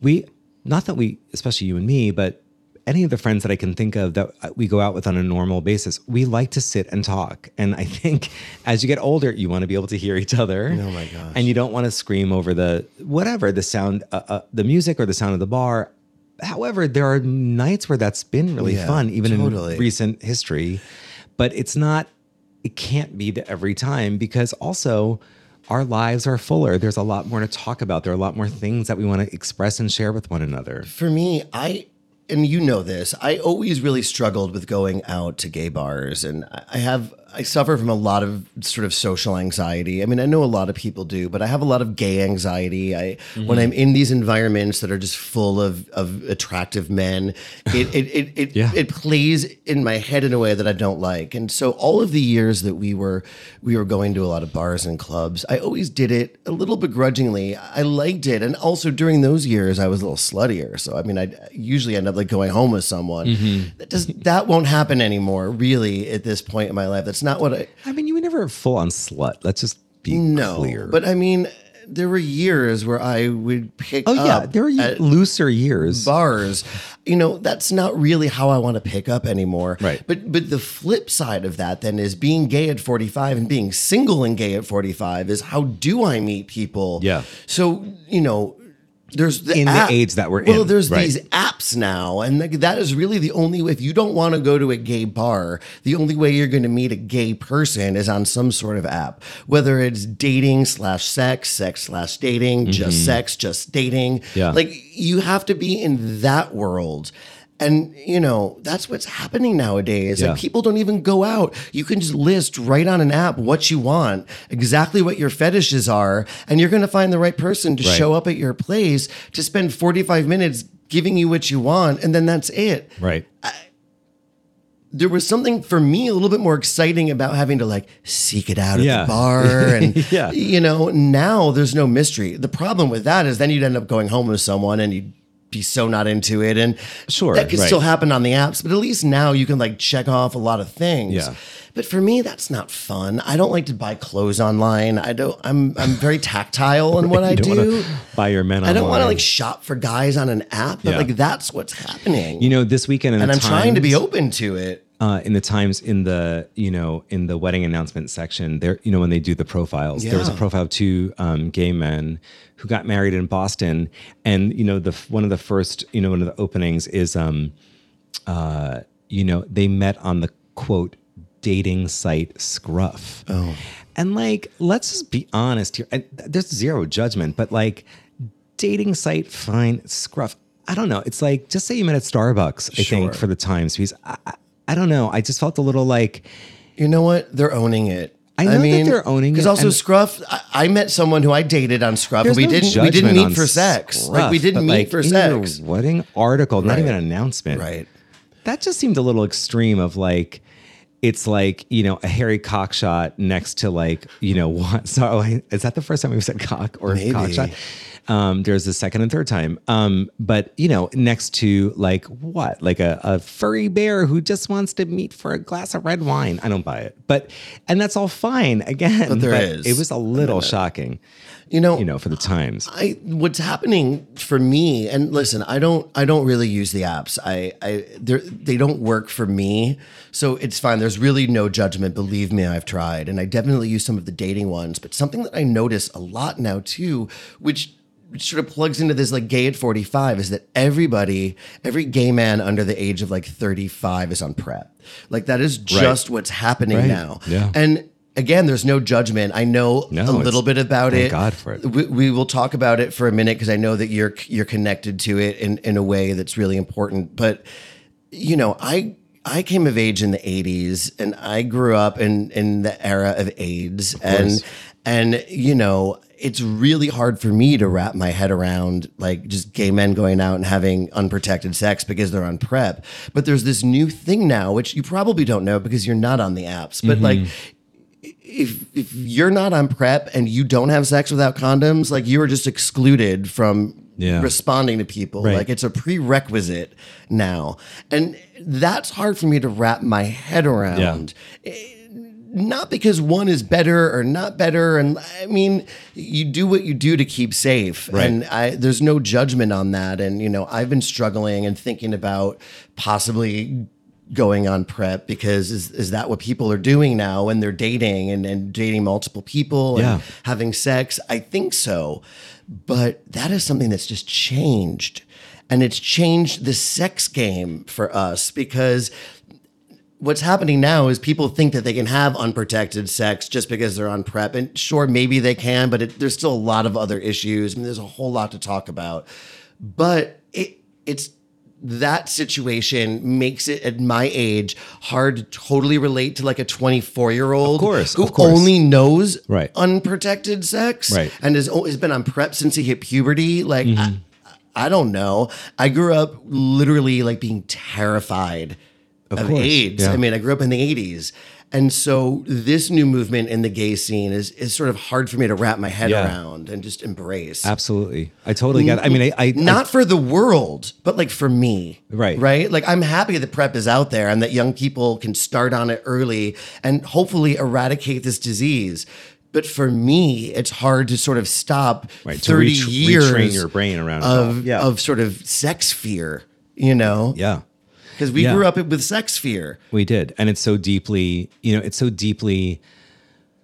[SPEAKER 3] we, not that we, especially you and me, but any of the friends that I can think of that uh, we go out with on a normal basis, we like to sit and talk. And I think as you get older, you want to be able to hear each other. Oh my gosh. And you don't want to scream over the whatever, the sound, uh, uh, the music or the sound of the bar. However, there are nights where that's been really
[SPEAKER 1] Yeah,
[SPEAKER 3] fun, even
[SPEAKER 1] totally.
[SPEAKER 3] in recent history. But it's not, it can't be the every time because also our lives are fuller. There's a lot more to talk about. There are a lot more things that we want to express and share with one another.
[SPEAKER 1] For me, I and you know this, I always really struggled with going out to gay bars, and I I have I suffer from a lot of sort of social anxiety. I mean, I know a lot of people do, but I have a lot of gay anxiety. I
[SPEAKER 3] Mm-hmm.
[SPEAKER 1] when I'm in these environments that are just full of of attractive men, it it it it,
[SPEAKER 3] Yeah.
[SPEAKER 1] it plays in my head in a way that I don't like. And so all of the years that we were we were going to a lot of bars and clubs, I always did it a little begrudgingly. I liked it, and also during those years, I was a little sluttier. So I mean, I usually end up like going home with someone.
[SPEAKER 3] Mm-hmm.
[SPEAKER 1] That does that won't happen anymore, really, at this point in my life. That's not what I
[SPEAKER 3] I mean, you were never a full on slut. Let's just be
[SPEAKER 1] no.
[SPEAKER 3] clear.
[SPEAKER 1] But I mean, there were years where I would pick.
[SPEAKER 3] oh yeah,
[SPEAKER 1] up
[SPEAKER 3] there are
[SPEAKER 1] at-
[SPEAKER 3] looser years.
[SPEAKER 1] bars you know that's not really how i want to pick up anymore
[SPEAKER 3] Right.
[SPEAKER 1] but but the flip side of that then is being gay at 45 and being single and gay at 45 is how do i meet people
[SPEAKER 3] Yeah.
[SPEAKER 1] so you know there's
[SPEAKER 3] In the age that we're
[SPEAKER 1] well,
[SPEAKER 3] in,
[SPEAKER 1] there's
[SPEAKER 3] right.
[SPEAKER 1] these apps now, and like, that is really the only way. If you don't want to go to a gay bar, the only way you're going to meet a gay person is on some sort of app, whether it's dating slash sex, sex slash dating, just sex, just dating.
[SPEAKER 3] Mm-hmm. Yeah.
[SPEAKER 1] Like you have to be in that world. And you know that's what's happening nowadays.
[SPEAKER 3] Yeah.
[SPEAKER 1] Like people don't even go out. You can just list right on an app what you want, exactly what your fetishes are, and you're going to find the right person to
[SPEAKER 3] Right.
[SPEAKER 1] show up at your place to spend 45 minutes giving you what you want, and then that's it.
[SPEAKER 3] Right.
[SPEAKER 1] There was something for me a little bit more exciting about having to like seek it out at
[SPEAKER 3] Yeah.
[SPEAKER 1] the bar, and
[SPEAKER 3] Yeah.
[SPEAKER 1] you know, now there's no mystery. The problem with that is then you'd end up going home with someone, and you'd be so not into it, and
[SPEAKER 3] Sure,
[SPEAKER 1] that could
[SPEAKER 3] right.
[SPEAKER 1] still happen on the apps, but at least now you can like check off a lot of things.
[SPEAKER 3] Yeah.
[SPEAKER 1] But for me, that's not fun. I don't like to buy clothes online. I don't. I'm I'm very tactile in what I
[SPEAKER 3] You don't wanna
[SPEAKER 1] do.
[SPEAKER 3] buy your men.
[SPEAKER 1] I don't want to
[SPEAKER 3] online.
[SPEAKER 1] like shop for guys on an app, but
[SPEAKER 3] Yeah.
[SPEAKER 1] like that's what's happening.
[SPEAKER 3] You know, this weekend in
[SPEAKER 1] and
[SPEAKER 3] the
[SPEAKER 1] I'm trying to be
[SPEAKER 3] Times-
[SPEAKER 1] open to it.
[SPEAKER 3] uh, in the times in the you know in the wedding announcement section there you know when they do the profiles there was a
[SPEAKER 1] Yeah.
[SPEAKER 3] profile of two um, gay men who got married in boston and you know the one of the first you know one of the openings is um uh you know they met on the quote dating site scruff oh and like let's just be honest here and th- there's zero judgment but like dating site fine scruff i don't know it's like just say you met at starbucks i
[SPEAKER 1] Sure.
[SPEAKER 3] think for the times because I, I, I don't know i just felt a little like
[SPEAKER 1] You know what? They're owning it.
[SPEAKER 3] I know that they're owning
[SPEAKER 1] Because
[SPEAKER 3] it,
[SPEAKER 1] also
[SPEAKER 3] and-
[SPEAKER 1] Scruff, I, I met someone who I dated on Scruff, and
[SPEAKER 3] there's
[SPEAKER 1] we
[SPEAKER 3] no
[SPEAKER 1] didn't we didn't
[SPEAKER 3] judgment on
[SPEAKER 1] meet for sex. like we
[SPEAKER 3] Scruff,
[SPEAKER 1] didn't
[SPEAKER 3] but,
[SPEAKER 1] meet
[SPEAKER 3] like,
[SPEAKER 1] for
[SPEAKER 3] in your
[SPEAKER 1] sex.
[SPEAKER 3] wedding article not
[SPEAKER 1] Right.
[SPEAKER 3] even an announcement
[SPEAKER 1] Right.
[SPEAKER 3] that just seemed a little extreme of like it's like you know a hairy cock shot next to like you know what? So I- is that the first time we've said cock or
[SPEAKER 1] Maybe.
[SPEAKER 3] cock shot? Um, there's the second and third time. Um, but you know, next to like what? Like a, a furry bear who just wants to meet for a glass of red wine. I don't buy it, but and that's all fine. Again,
[SPEAKER 1] But there is.
[SPEAKER 3] It was a little shocking,
[SPEAKER 1] You know,
[SPEAKER 3] you know, for the times.
[SPEAKER 1] I what's happening for me and listen I don't I don't really use the apps I I they're- they don't work for me so it's fine there's really no judgment believe me I've tried and I definitely use some of the dating ones but something that I notice a lot now too which which sort of plugs into this like gay at 45 is that everybody every gay man under the age of like 35 is on prep like that is just what's happening
[SPEAKER 3] Right.
[SPEAKER 1] now
[SPEAKER 3] Yeah.
[SPEAKER 1] and again there's no judgment I know
[SPEAKER 3] No,
[SPEAKER 1] a
[SPEAKER 3] it's-
[SPEAKER 1] little bit about
[SPEAKER 3] thank
[SPEAKER 1] it
[SPEAKER 3] God for it.
[SPEAKER 1] we, we will talk about it for a minute because I know that you're you're connected to it in in a way that's really important. But you know, I I came of age in the '80s, and I grew up in in the era of AIDS, and and you know. It's really hard for me to wrap my head around like just gay men going out and having unprotected sex because they're on prep. But there's this new thing now, which you probably don't know because you're not on the apps. But like if if you're not on prep and you don't have sex without condoms, like you are just excluded from
[SPEAKER 3] Yeah.
[SPEAKER 1] responding to people.
[SPEAKER 3] Right.
[SPEAKER 1] Like it's a prerequisite now. And that's hard for me to wrap my head around. Eh, Not because one is better or not better and I mean you do what you do to keep safe
[SPEAKER 3] Right.
[SPEAKER 1] and I there's no judgment on that and you know I've been struggling and thinking about possibly going on prep because is, is that what people are doing now when they're dating and, and dating multiple people
[SPEAKER 3] Yeah.
[SPEAKER 1] and having sex i think so but that is something that's just changed and it's changed the sex game for us because what's happening now is people think that they can have unprotected sex just because they're on prep and sure maybe they can but it, there's still a lot of other issues and there's a whole lot to talk about but it it's that situation makes it at my age hard to totally relate to like a 24 year old
[SPEAKER 3] Of course,
[SPEAKER 1] who
[SPEAKER 3] of course.
[SPEAKER 1] only knows
[SPEAKER 3] Right.
[SPEAKER 1] unprotected sex
[SPEAKER 3] Right. Mm-hmm.
[SPEAKER 1] and has always been on prep since he hit puberty like I, I don't know i grew up literally like being terrified of,
[SPEAKER 3] course,
[SPEAKER 1] AIDS.
[SPEAKER 3] yeah.
[SPEAKER 1] I mean, I grew up in the 80s. And so this new movement in the gay scene is is sort of hard for me to wrap my head
[SPEAKER 3] Yeah.
[SPEAKER 1] around and just embrace.
[SPEAKER 3] Absolutely. I totally get it. I mean, I, I
[SPEAKER 1] Not for the world, but like for me.
[SPEAKER 3] Right.
[SPEAKER 1] Right? Like I'm happy that PrEP is out there and that young people can start on it early and hopefully eradicate this disease. But for me, it's hard to sort of stop
[SPEAKER 3] Right, to
[SPEAKER 1] 30
[SPEAKER 3] retra-
[SPEAKER 1] years
[SPEAKER 3] retrain your brain around it all.
[SPEAKER 1] of,
[SPEAKER 3] Yeah.
[SPEAKER 1] of sort of sex fear, you know?
[SPEAKER 3] yeah.
[SPEAKER 1] Because we
[SPEAKER 3] Yeah.
[SPEAKER 1] grew up with sex fear.
[SPEAKER 3] We did. And it's so deeply, you know, it's so deeply,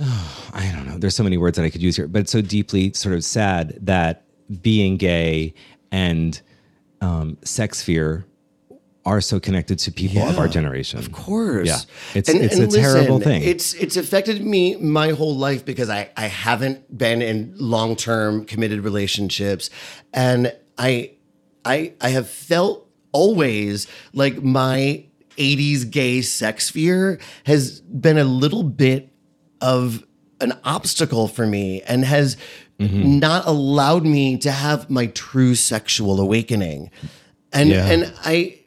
[SPEAKER 3] oh, I don't know. There's so many words that I could use here, but it's so deeply sort of sad that being gay and um, sex fear are so connected to people of our generation. Of
[SPEAKER 1] Of course.
[SPEAKER 3] Yeah. It's- it's a terrible thing.
[SPEAKER 1] It's it's affected me my whole life because I, I haven't been in long term committed relationships and I I I have felt always like my 80s gay sex fear has been a little bit of an obstacle for me and has
[SPEAKER 3] Mm-hmm.
[SPEAKER 1] not allowed me to have my true sexual awakening. And
[SPEAKER 3] Yeah.
[SPEAKER 1] and I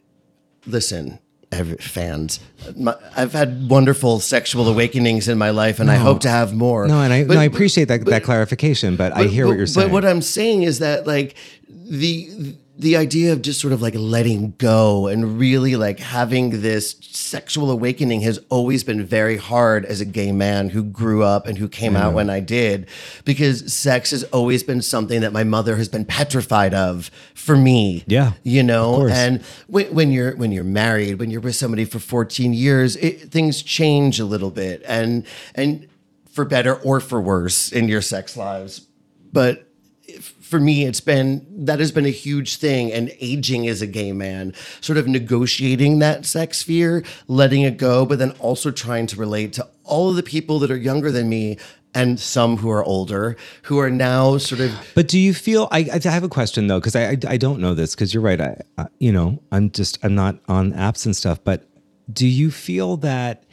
[SPEAKER 1] listen, every, fans, my, I've had wonderful sexual awakenings in my life, and I hope to have more.
[SPEAKER 3] No, and I,
[SPEAKER 1] But-
[SPEAKER 3] no, I appreciate that, that clarification, but, I hear
[SPEAKER 1] but,
[SPEAKER 3] what you're saying.
[SPEAKER 1] But what I'm saying is that like the the idea of just sort of like letting go and really like having this sexual awakening has always been very hard as a gay man who grew up and who came out when I did because sex has always been something that my mother has been petrified of for me
[SPEAKER 3] Yeah.
[SPEAKER 1] you know
[SPEAKER 3] course.
[SPEAKER 1] and when, when you're when you're married when you're with somebody for 14 years it, things change a little bit and and for better or for worse in your sex lives but if- for me it's been that has been a huge thing and aging as a gay man sort of negotiating that sex fear letting it go but then also trying to relate to all of the people that are younger than me and some who are older who are now sort of
[SPEAKER 3] But do you feel? I, I have a question though, because I, I I don't know this. Because you're right. I, I you know I'm just I'm not on apps and stuff. But do you feel that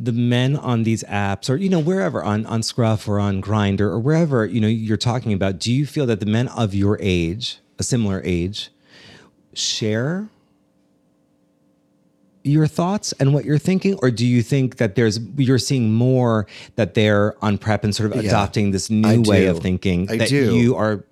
[SPEAKER 3] the men on these apps, or you know wherever on on Scruff or on Grinder or wherever you know you're talking about, do you feel that the men of your age, a similar age, share your thoughts and what you're thinking, or do you think that there's you're seeing more that they're on prep and sort of
[SPEAKER 1] Yeah.
[SPEAKER 3] adopting this
[SPEAKER 1] I
[SPEAKER 3] new way
[SPEAKER 1] do.
[SPEAKER 3] of thinking
[SPEAKER 1] I
[SPEAKER 3] that
[SPEAKER 1] do.
[SPEAKER 3] you are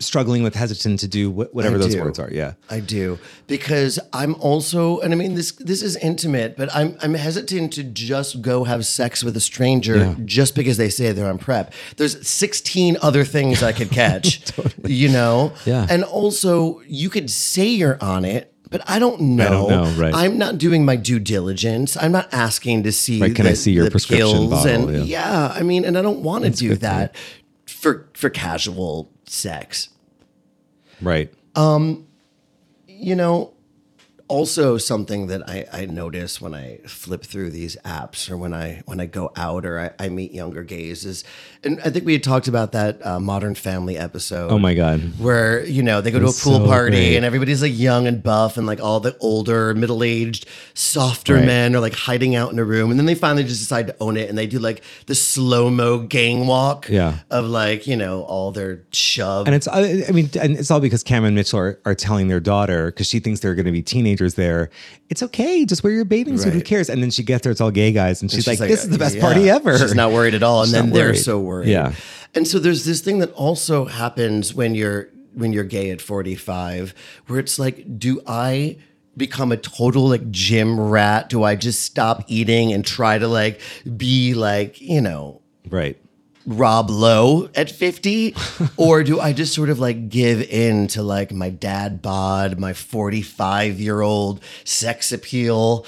[SPEAKER 3] struggling with, hesitant to do wh- whatever
[SPEAKER 1] I
[SPEAKER 3] those
[SPEAKER 1] do.
[SPEAKER 3] words are? Yeah.
[SPEAKER 1] I do because I'm also, and I mean this. This is intimate, but I'm I'm hesitant to just go have sex with a stranger just because they say they're on prep. There's 16 other things I could catch, you know.
[SPEAKER 3] Yeah.
[SPEAKER 1] and also you could say you're on it. But I don't know.
[SPEAKER 3] don't know, right.
[SPEAKER 1] I'm not doing my due diligence. I'm not asking to see.
[SPEAKER 3] Right, can I see your prescription
[SPEAKER 1] pills
[SPEAKER 3] bottle?
[SPEAKER 1] And,
[SPEAKER 3] Yeah.
[SPEAKER 1] yeah. I mean, and I don't want to do
[SPEAKER 3] good,
[SPEAKER 1] that for for casual sex.
[SPEAKER 3] Right.
[SPEAKER 1] you know, also something that I, I notice when I flip through these apps or when I when I go out or I, I meet younger gays is, and I think we had talked about that uh, Modern Family episode.
[SPEAKER 3] Oh my God.
[SPEAKER 1] Where you know they go to a
[SPEAKER 3] It's
[SPEAKER 1] pool
[SPEAKER 3] so
[SPEAKER 1] party
[SPEAKER 3] great.
[SPEAKER 1] and everybody's like young and buff and like all the older middle aged softer
[SPEAKER 3] Right.
[SPEAKER 1] men are like hiding out in a room and then they finally just decide to own it and they do like the slow mo gang walk
[SPEAKER 3] Yeah.
[SPEAKER 1] of like you know all their chub
[SPEAKER 3] And it's, uh, I I mean, and it's all because Cam and Mitchell are, are telling their daughter because she thinks they're going to be teenagers there. It's okay, just wear your bathing suit. Who
[SPEAKER 1] Right.
[SPEAKER 3] cares? And then she gets there, it's all gay guys, and she's, like, "This is the best
[SPEAKER 1] yeah."
[SPEAKER 3] party ever."
[SPEAKER 1] She's not worried at all, and
[SPEAKER 3] She's
[SPEAKER 1] then
[SPEAKER 3] not
[SPEAKER 1] they're
[SPEAKER 3] worried.
[SPEAKER 1] so worried.
[SPEAKER 3] Yeah.
[SPEAKER 1] And so there's this thing that also happens when you're when you're gay at 45, where it's like, do I become a total like gym rat? Do I just stop eating and try to like be like you know
[SPEAKER 3] right.
[SPEAKER 1] Rob Lowe at 50? or do I just sort of like give in to like my dad bod, my 45 year old sex appeal,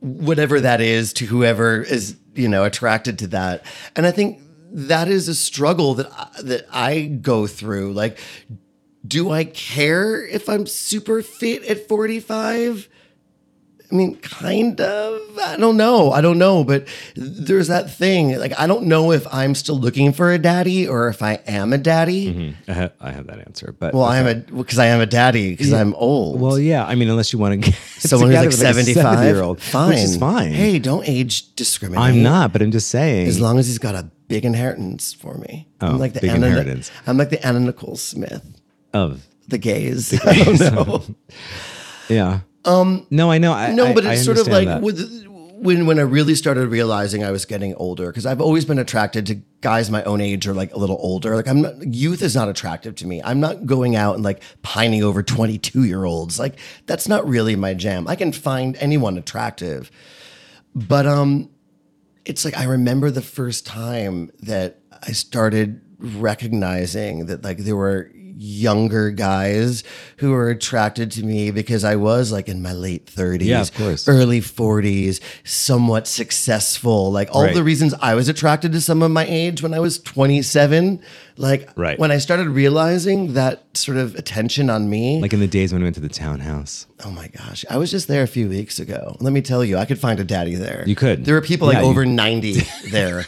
[SPEAKER 1] whatever that is to whoever is, you know, attracted to that? And I think that is a struggle that I, that I go through. Like, do I care if I'm super fit at 45? I mean, kind of. I don't know. I don't know. But there's that thing. Like, I don't know if I'm still looking for a daddy or if I am a daddy.
[SPEAKER 3] I, ha- I have that answer, but
[SPEAKER 1] Well, I am a because I am a daddy because I'm old.
[SPEAKER 3] Well, yeah. I mean, unless you want to get
[SPEAKER 1] someone who's
[SPEAKER 3] together
[SPEAKER 1] like
[SPEAKER 3] with, a
[SPEAKER 1] 75,
[SPEAKER 3] 70 year old,
[SPEAKER 1] fine,
[SPEAKER 3] which is fine.
[SPEAKER 1] Hey, don't age discriminate.
[SPEAKER 3] I'm not, but I'm just saying.
[SPEAKER 1] As long as he's got a big inheritance for me.
[SPEAKER 3] Oh,
[SPEAKER 1] I'm like the
[SPEAKER 3] big
[SPEAKER 1] Anna,
[SPEAKER 3] inheritance.
[SPEAKER 1] I'm like the Anna Nicole Smith,
[SPEAKER 3] of
[SPEAKER 1] the gays. I don't know.
[SPEAKER 3] yeah. Um. No, I know. I,
[SPEAKER 1] No,
[SPEAKER 3] I-
[SPEAKER 1] but
[SPEAKER 3] I
[SPEAKER 1] it's sort of
[SPEAKER 3] understand
[SPEAKER 1] like
[SPEAKER 3] that.
[SPEAKER 1] with, when when I really started realizing I was getting older because I've always been attracted to guys my own age or like a little older. Like I'm not youth is not attractive to me. I'm not going out and like pining over 22 year olds. Like that's not really my jam. I can find anyone attractive. But um it's like I remember the first time that I started recognizing that like there were younger guys who were attracted to me because I was like in my late 30s,
[SPEAKER 3] Yeah, of course.
[SPEAKER 1] early 40s, somewhat successful. Like all
[SPEAKER 3] Right.
[SPEAKER 1] the reasons I was attracted to someone my age when I was 27, like
[SPEAKER 3] Right.
[SPEAKER 1] when I started realizing that sort of attention on me,
[SPEAKER 3] like in the days when we went to the townhouse.
[SPEAKER 1] Oh my gosh. I was just there a few weeks ago. Let me tell you, I could find a daddy there.
[SPEAKER 3] You could.
[SPEAKER 1] There were people
[SPEAKER 3] Yeah,
[SPEAKER 1] like
[SPEAKER 3] you-
[SPEAKER 1] over 90 there.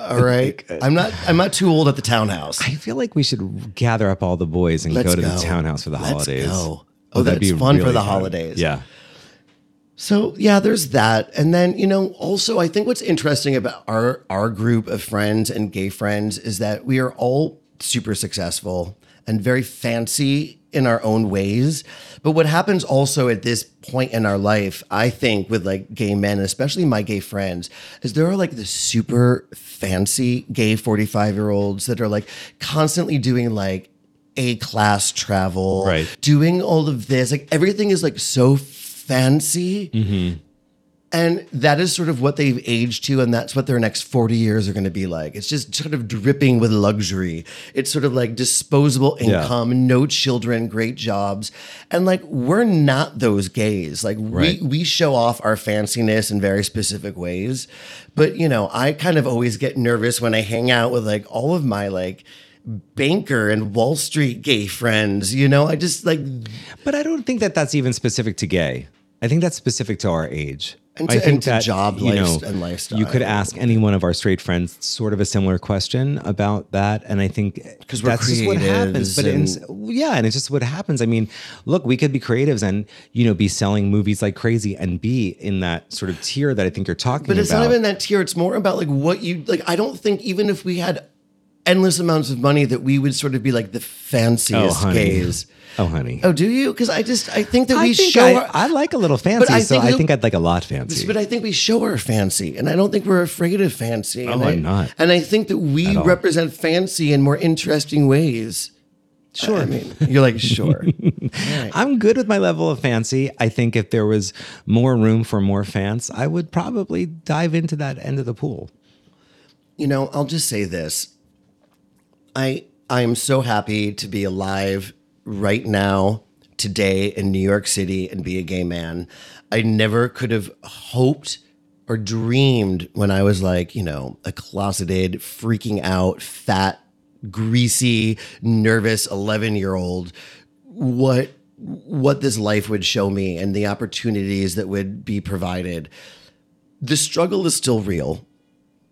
[SPEAKER 1] All right. I'm not I'm not too old at the townhouse.
[SPEAKER 3] I feel like we should gather up all the boys and
[SPEAKER 1] Let's
[SPEAKER 3] go to the
[SPEAKER 1] go.
[SPEAKER 3] townhouse for the
[SPEAKER 1] Let's
[SPEAKER 3] holidays.
[SPEAKER 1] go. Oh, that's fun for the holidays.
[SPEAKER 3] Yeah.
[SPEAKER 1] So yeah, there's that. And then, you know, also I think what's interesting about our our group of friends and gay friends is that we are all super successful and very fancy in our own ways. But what happens also at this point in our life, I think with like gay men, and especially my gay friends, is there are like the super fancy gay 45-year-olds that are like constantly doing like a class travel,
[SPEAKER 3] Right.
[SPEAKER 1] doing all of this. Like everything is like so fancy.
[SPEAKER 3] Mm-hmm.
[SPEAKER 1] And that is sort of what they've aged to, and that's what their next 40 years are going to be like. It's just sort of dripping with luxury. It's sort of like disposable
[SPEAKER 3] Yeah.
[SPEAKER 1] income, no children, great jobs. And like, we're not those gays. Like,
[SPEAKER 3] Right.
[SPEAKER 1] we, we show off our fanciness in very specific ways. But, you know, I kind of always get nervous when I hang out with like all of my like banker and Wall Street gay friends. You know, I just like,
[SPEAKER 3] But I don't think that that's even specific to gay. I think that's specific to our age.
[SPEAKER 1] And
[SPEAKER 3] I
[SPEAKER 1] to-
[SPEAKER 3] think
[SPEAKER 1] and to job lifest- and lifestyle.
[SPEAKER 3] You could ask any one of our straight friends sort of a similar question about that, and I think
[SPEAKER 1] 'Cause we're
[SPEAKER 3] that's just what happens.
[SPEAKER 1] creatives
[SPEAKER 3] But it's, yeah, and it's just what happens. I mean, look, we could be creatives and you know be selling movies like crazy and be in that sort of tier that I think you're talking
[SPEAKER 1] But it's
[SPEAKER 3] about.
[SPEAKER 1] not even that tier. It's more about like what you like. I don't think even if we had endless amounts of money that we would sort of be like the
[SPEAKER 3] Oh,
[SPEAKER 1] fanciest
[SPEAKER 3] honey.
[SPEAKER 1] gays.
[SPEAKER 3] Oh, honey.
[SPEAKER 1] Oh, do you? Because I just I think that we
[SPEAKER 3] I, think
[SPEAKER 1] show.
[SPEAKER 3] I,
[SPEAKER 1] our,
[SPEAKER 3] I like a little fancy,
[SPEAKER 1] I
[SPEAKER 3] so
[SPEAKER 1] think
[SPEAKER 3] I
[SPEAKER 1] the-
[SPEAKER 3] think I'd like a lot fancy.
[SPEAKER 1] But I think we show our fancy, and I don't think we're afraid of fancy. and I,
[SPEAKER 3] Oh, I'm not.
[SPEAKER 1] And I think that we
[SPEAKER 3] At all.
[SPEAKER 1] represent fancy in more interesting ways. Sure. I mean, you're like, sure.
[SPEAKER 3] I'm good with my level of fancy. I think if there was more room for more fans, I would probably dive into that end of the pool.
[SPEAKER 1] you know, I'll just say this. I I am so happy to be alive right now, today in New York City and be a gay man. I never could have hoped or dreamed when I was like, you know, a closeted, freaking out, fat, greasy, nervous 11-year-old what what this life would show me and the opportunities that would be provided. The struggle is still real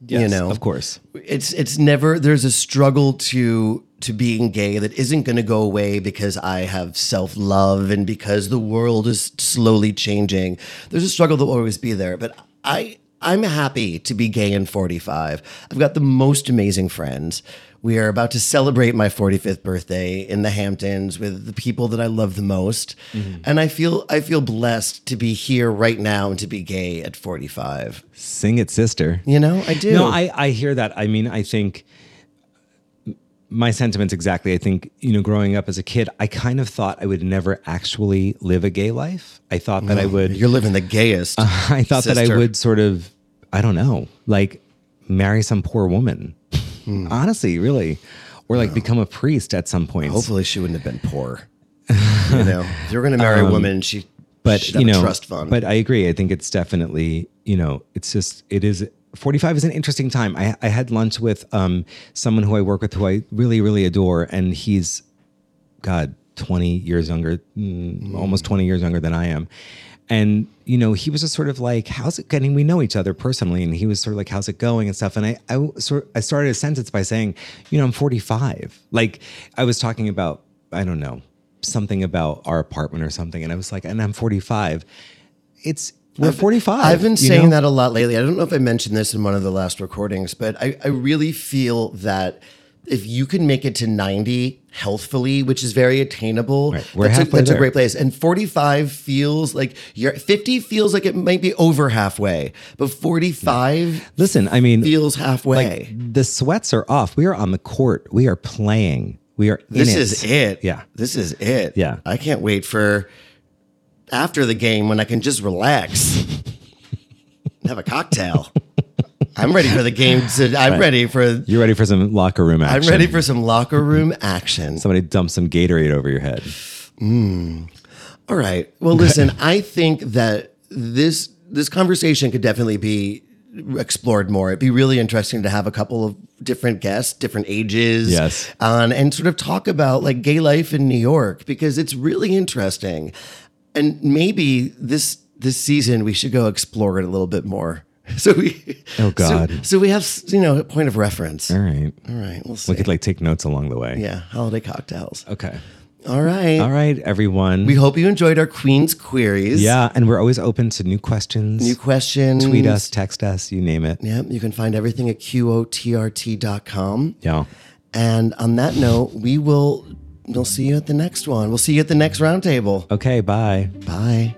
[SPEAKER 1] you know
[SPEAKER 3] of course.
[SPEAKER 1] it's it's never there's a struggle to to being gay that isn't going to go away because i have self-love and because the world is slowly changing there's a struggle that will always be there but i i'm happy to be gay in 45 i've got the most amazing friends we are about to celebrate my 45th birthday in the hamptons with the people that i love the most
[SPEAKER 3] Mm-hmm.
[SPEAKER 1] and i feel i feel blessed to be here right now and to be gay at 45
[SPEAKER 3] Sing it, sister.
[SPEAKER 1] you know i do
[SPEAKER 3] No, I, I hear that. I mean, I think my sentiments exactly. I think, you know, growing up as a kid, I kind of thought I would never actually live a gay life. I thought that I would
[SPEAKER 1] You're living the gayest.
[SPEAKER 3] I thought that I
[SPEAKER 1] Sister.
[SPEAKER 3] would sort of, I don't know, like marry some poor woman.
[SPEAKER 1] Hmm.
[SPEAKER 3] Honestly, really. Or like become a priest at some point.
[SPEAKER 1] Hopefully, she wouldn't have been poor. You know, if you're going to marry a woman, she
[SPEAKER 3] Um, But
[SPEAKER 1] she'd
[SPEAKER 3] you
[SPEAKER 1] have a
[SPEAKER 3] know,
[SPEAKER 1] trust fund.
[SPEAKER 3] but I agree. I think it's definitely, you know, it's just it is 45 is an interesting time. I, I had lunch with um someone who I work with who I really, really adore, and he's God, 20 years younger, mm, almost 20 years younger than I am. And, you know, he was just sort of like, how's it getting? We know each other personally. And he was sort of like, how's it going and stuff. And I, I w- sort I started a sentence by saying, you know, I'm 45. Like I was talking about, I don't know, something about our apartment or something. And I was like, and I'm 45. It's, we're 45.
[SPEAKER 1] I've been
[SPEAKER 3] you
[SPEAKER 1] saying
[SPEAKER 3] know?
[SPEAKER 1] that a lot lately. I don't know if I mentioned this in one of the last recordings, but I, I really feel that if you can make it to 90 healthfully, which is very attainable,
[SPEAKER 3] Right. We're
[SPEAKER 1] that's, a,
[SPEAKER 3] halfway
[SPEAKER 1] that's a
[SPEAKER 3] there.
[SPEAKER 1] great place. And 45 feels like you're 50 feels like it might be over halfway, but 45
[SPEAKER 3] Listen, I mean,
[SPEAKER 1] feels halfway.
[SPEAKER 3] the sweats are off. We are on the court. We are playing. We are
[SPEAKER 1] This
[SPEAKER 3] in it.
[SPEAKER 1] is it.
[SPEAKER 3] Yeah.
[SPEAKER 1] This is it.
[SPEAKER 3] Yeah.
[SPEAKER 1] I can't wait for after the game when I can just relax, and have a cocktail. I'm ready for the game. To, I'm ready for.
[SPEAKER 3] You're ready for some locker room
[SPEAKER 1] I'm
[SPEAKER 3] action.
[SPEAKER 1] ready for some locker room action.
[SPEAKER 3] somebody dumps some Gatorade over your head.
[SPEAKER 1] All right. Well, listen, I think that this this conversation could definitely be explored more. It'd be really interesting to have a couple of different guests, different ages,
[SPEAKER 3] Yes.
[SPEAKER 1] on and sort of talk about like gay life in New York because it's really interesting. And maybe this this season we should go explore it a little bit more. So we
[SPEAKER 3] Oh, God.
[SPEAKER 1] So, so we have you know a point of reference.
[SPEAKER 3] All
[SPEAKER 1] All
[SPEAKER 3] right.
[SPEAKER 1] right, we'll see.
[SPEAKER 3] We could like take notes along the way.
[SPEAKER 1] yeah, holiday cocktails.
[SPEAKER 3] Okay.
[SPEAKER 1] All right.
[SPEAKER 3] All right, everyone.
[SPEAKER 1] We hope you enjoyed our Queen's queries.
[SPEAKER 3] yeah, and we're always open to new questions.
[SPEAKER 1] New questions.
[SPEAKER 3] Tweet us, text us, you name it.
[SPEAKER 1] Yep, you can find everything at QOTRT.com.
[SPEAKER 3] Yeah.
[SPEAKER 1] And on that note, we will we'll see you at the next one. We'll see you at the next roundtable.
[SPEAKER 3] Okay, bye.
[SPEAKER 1] Bye.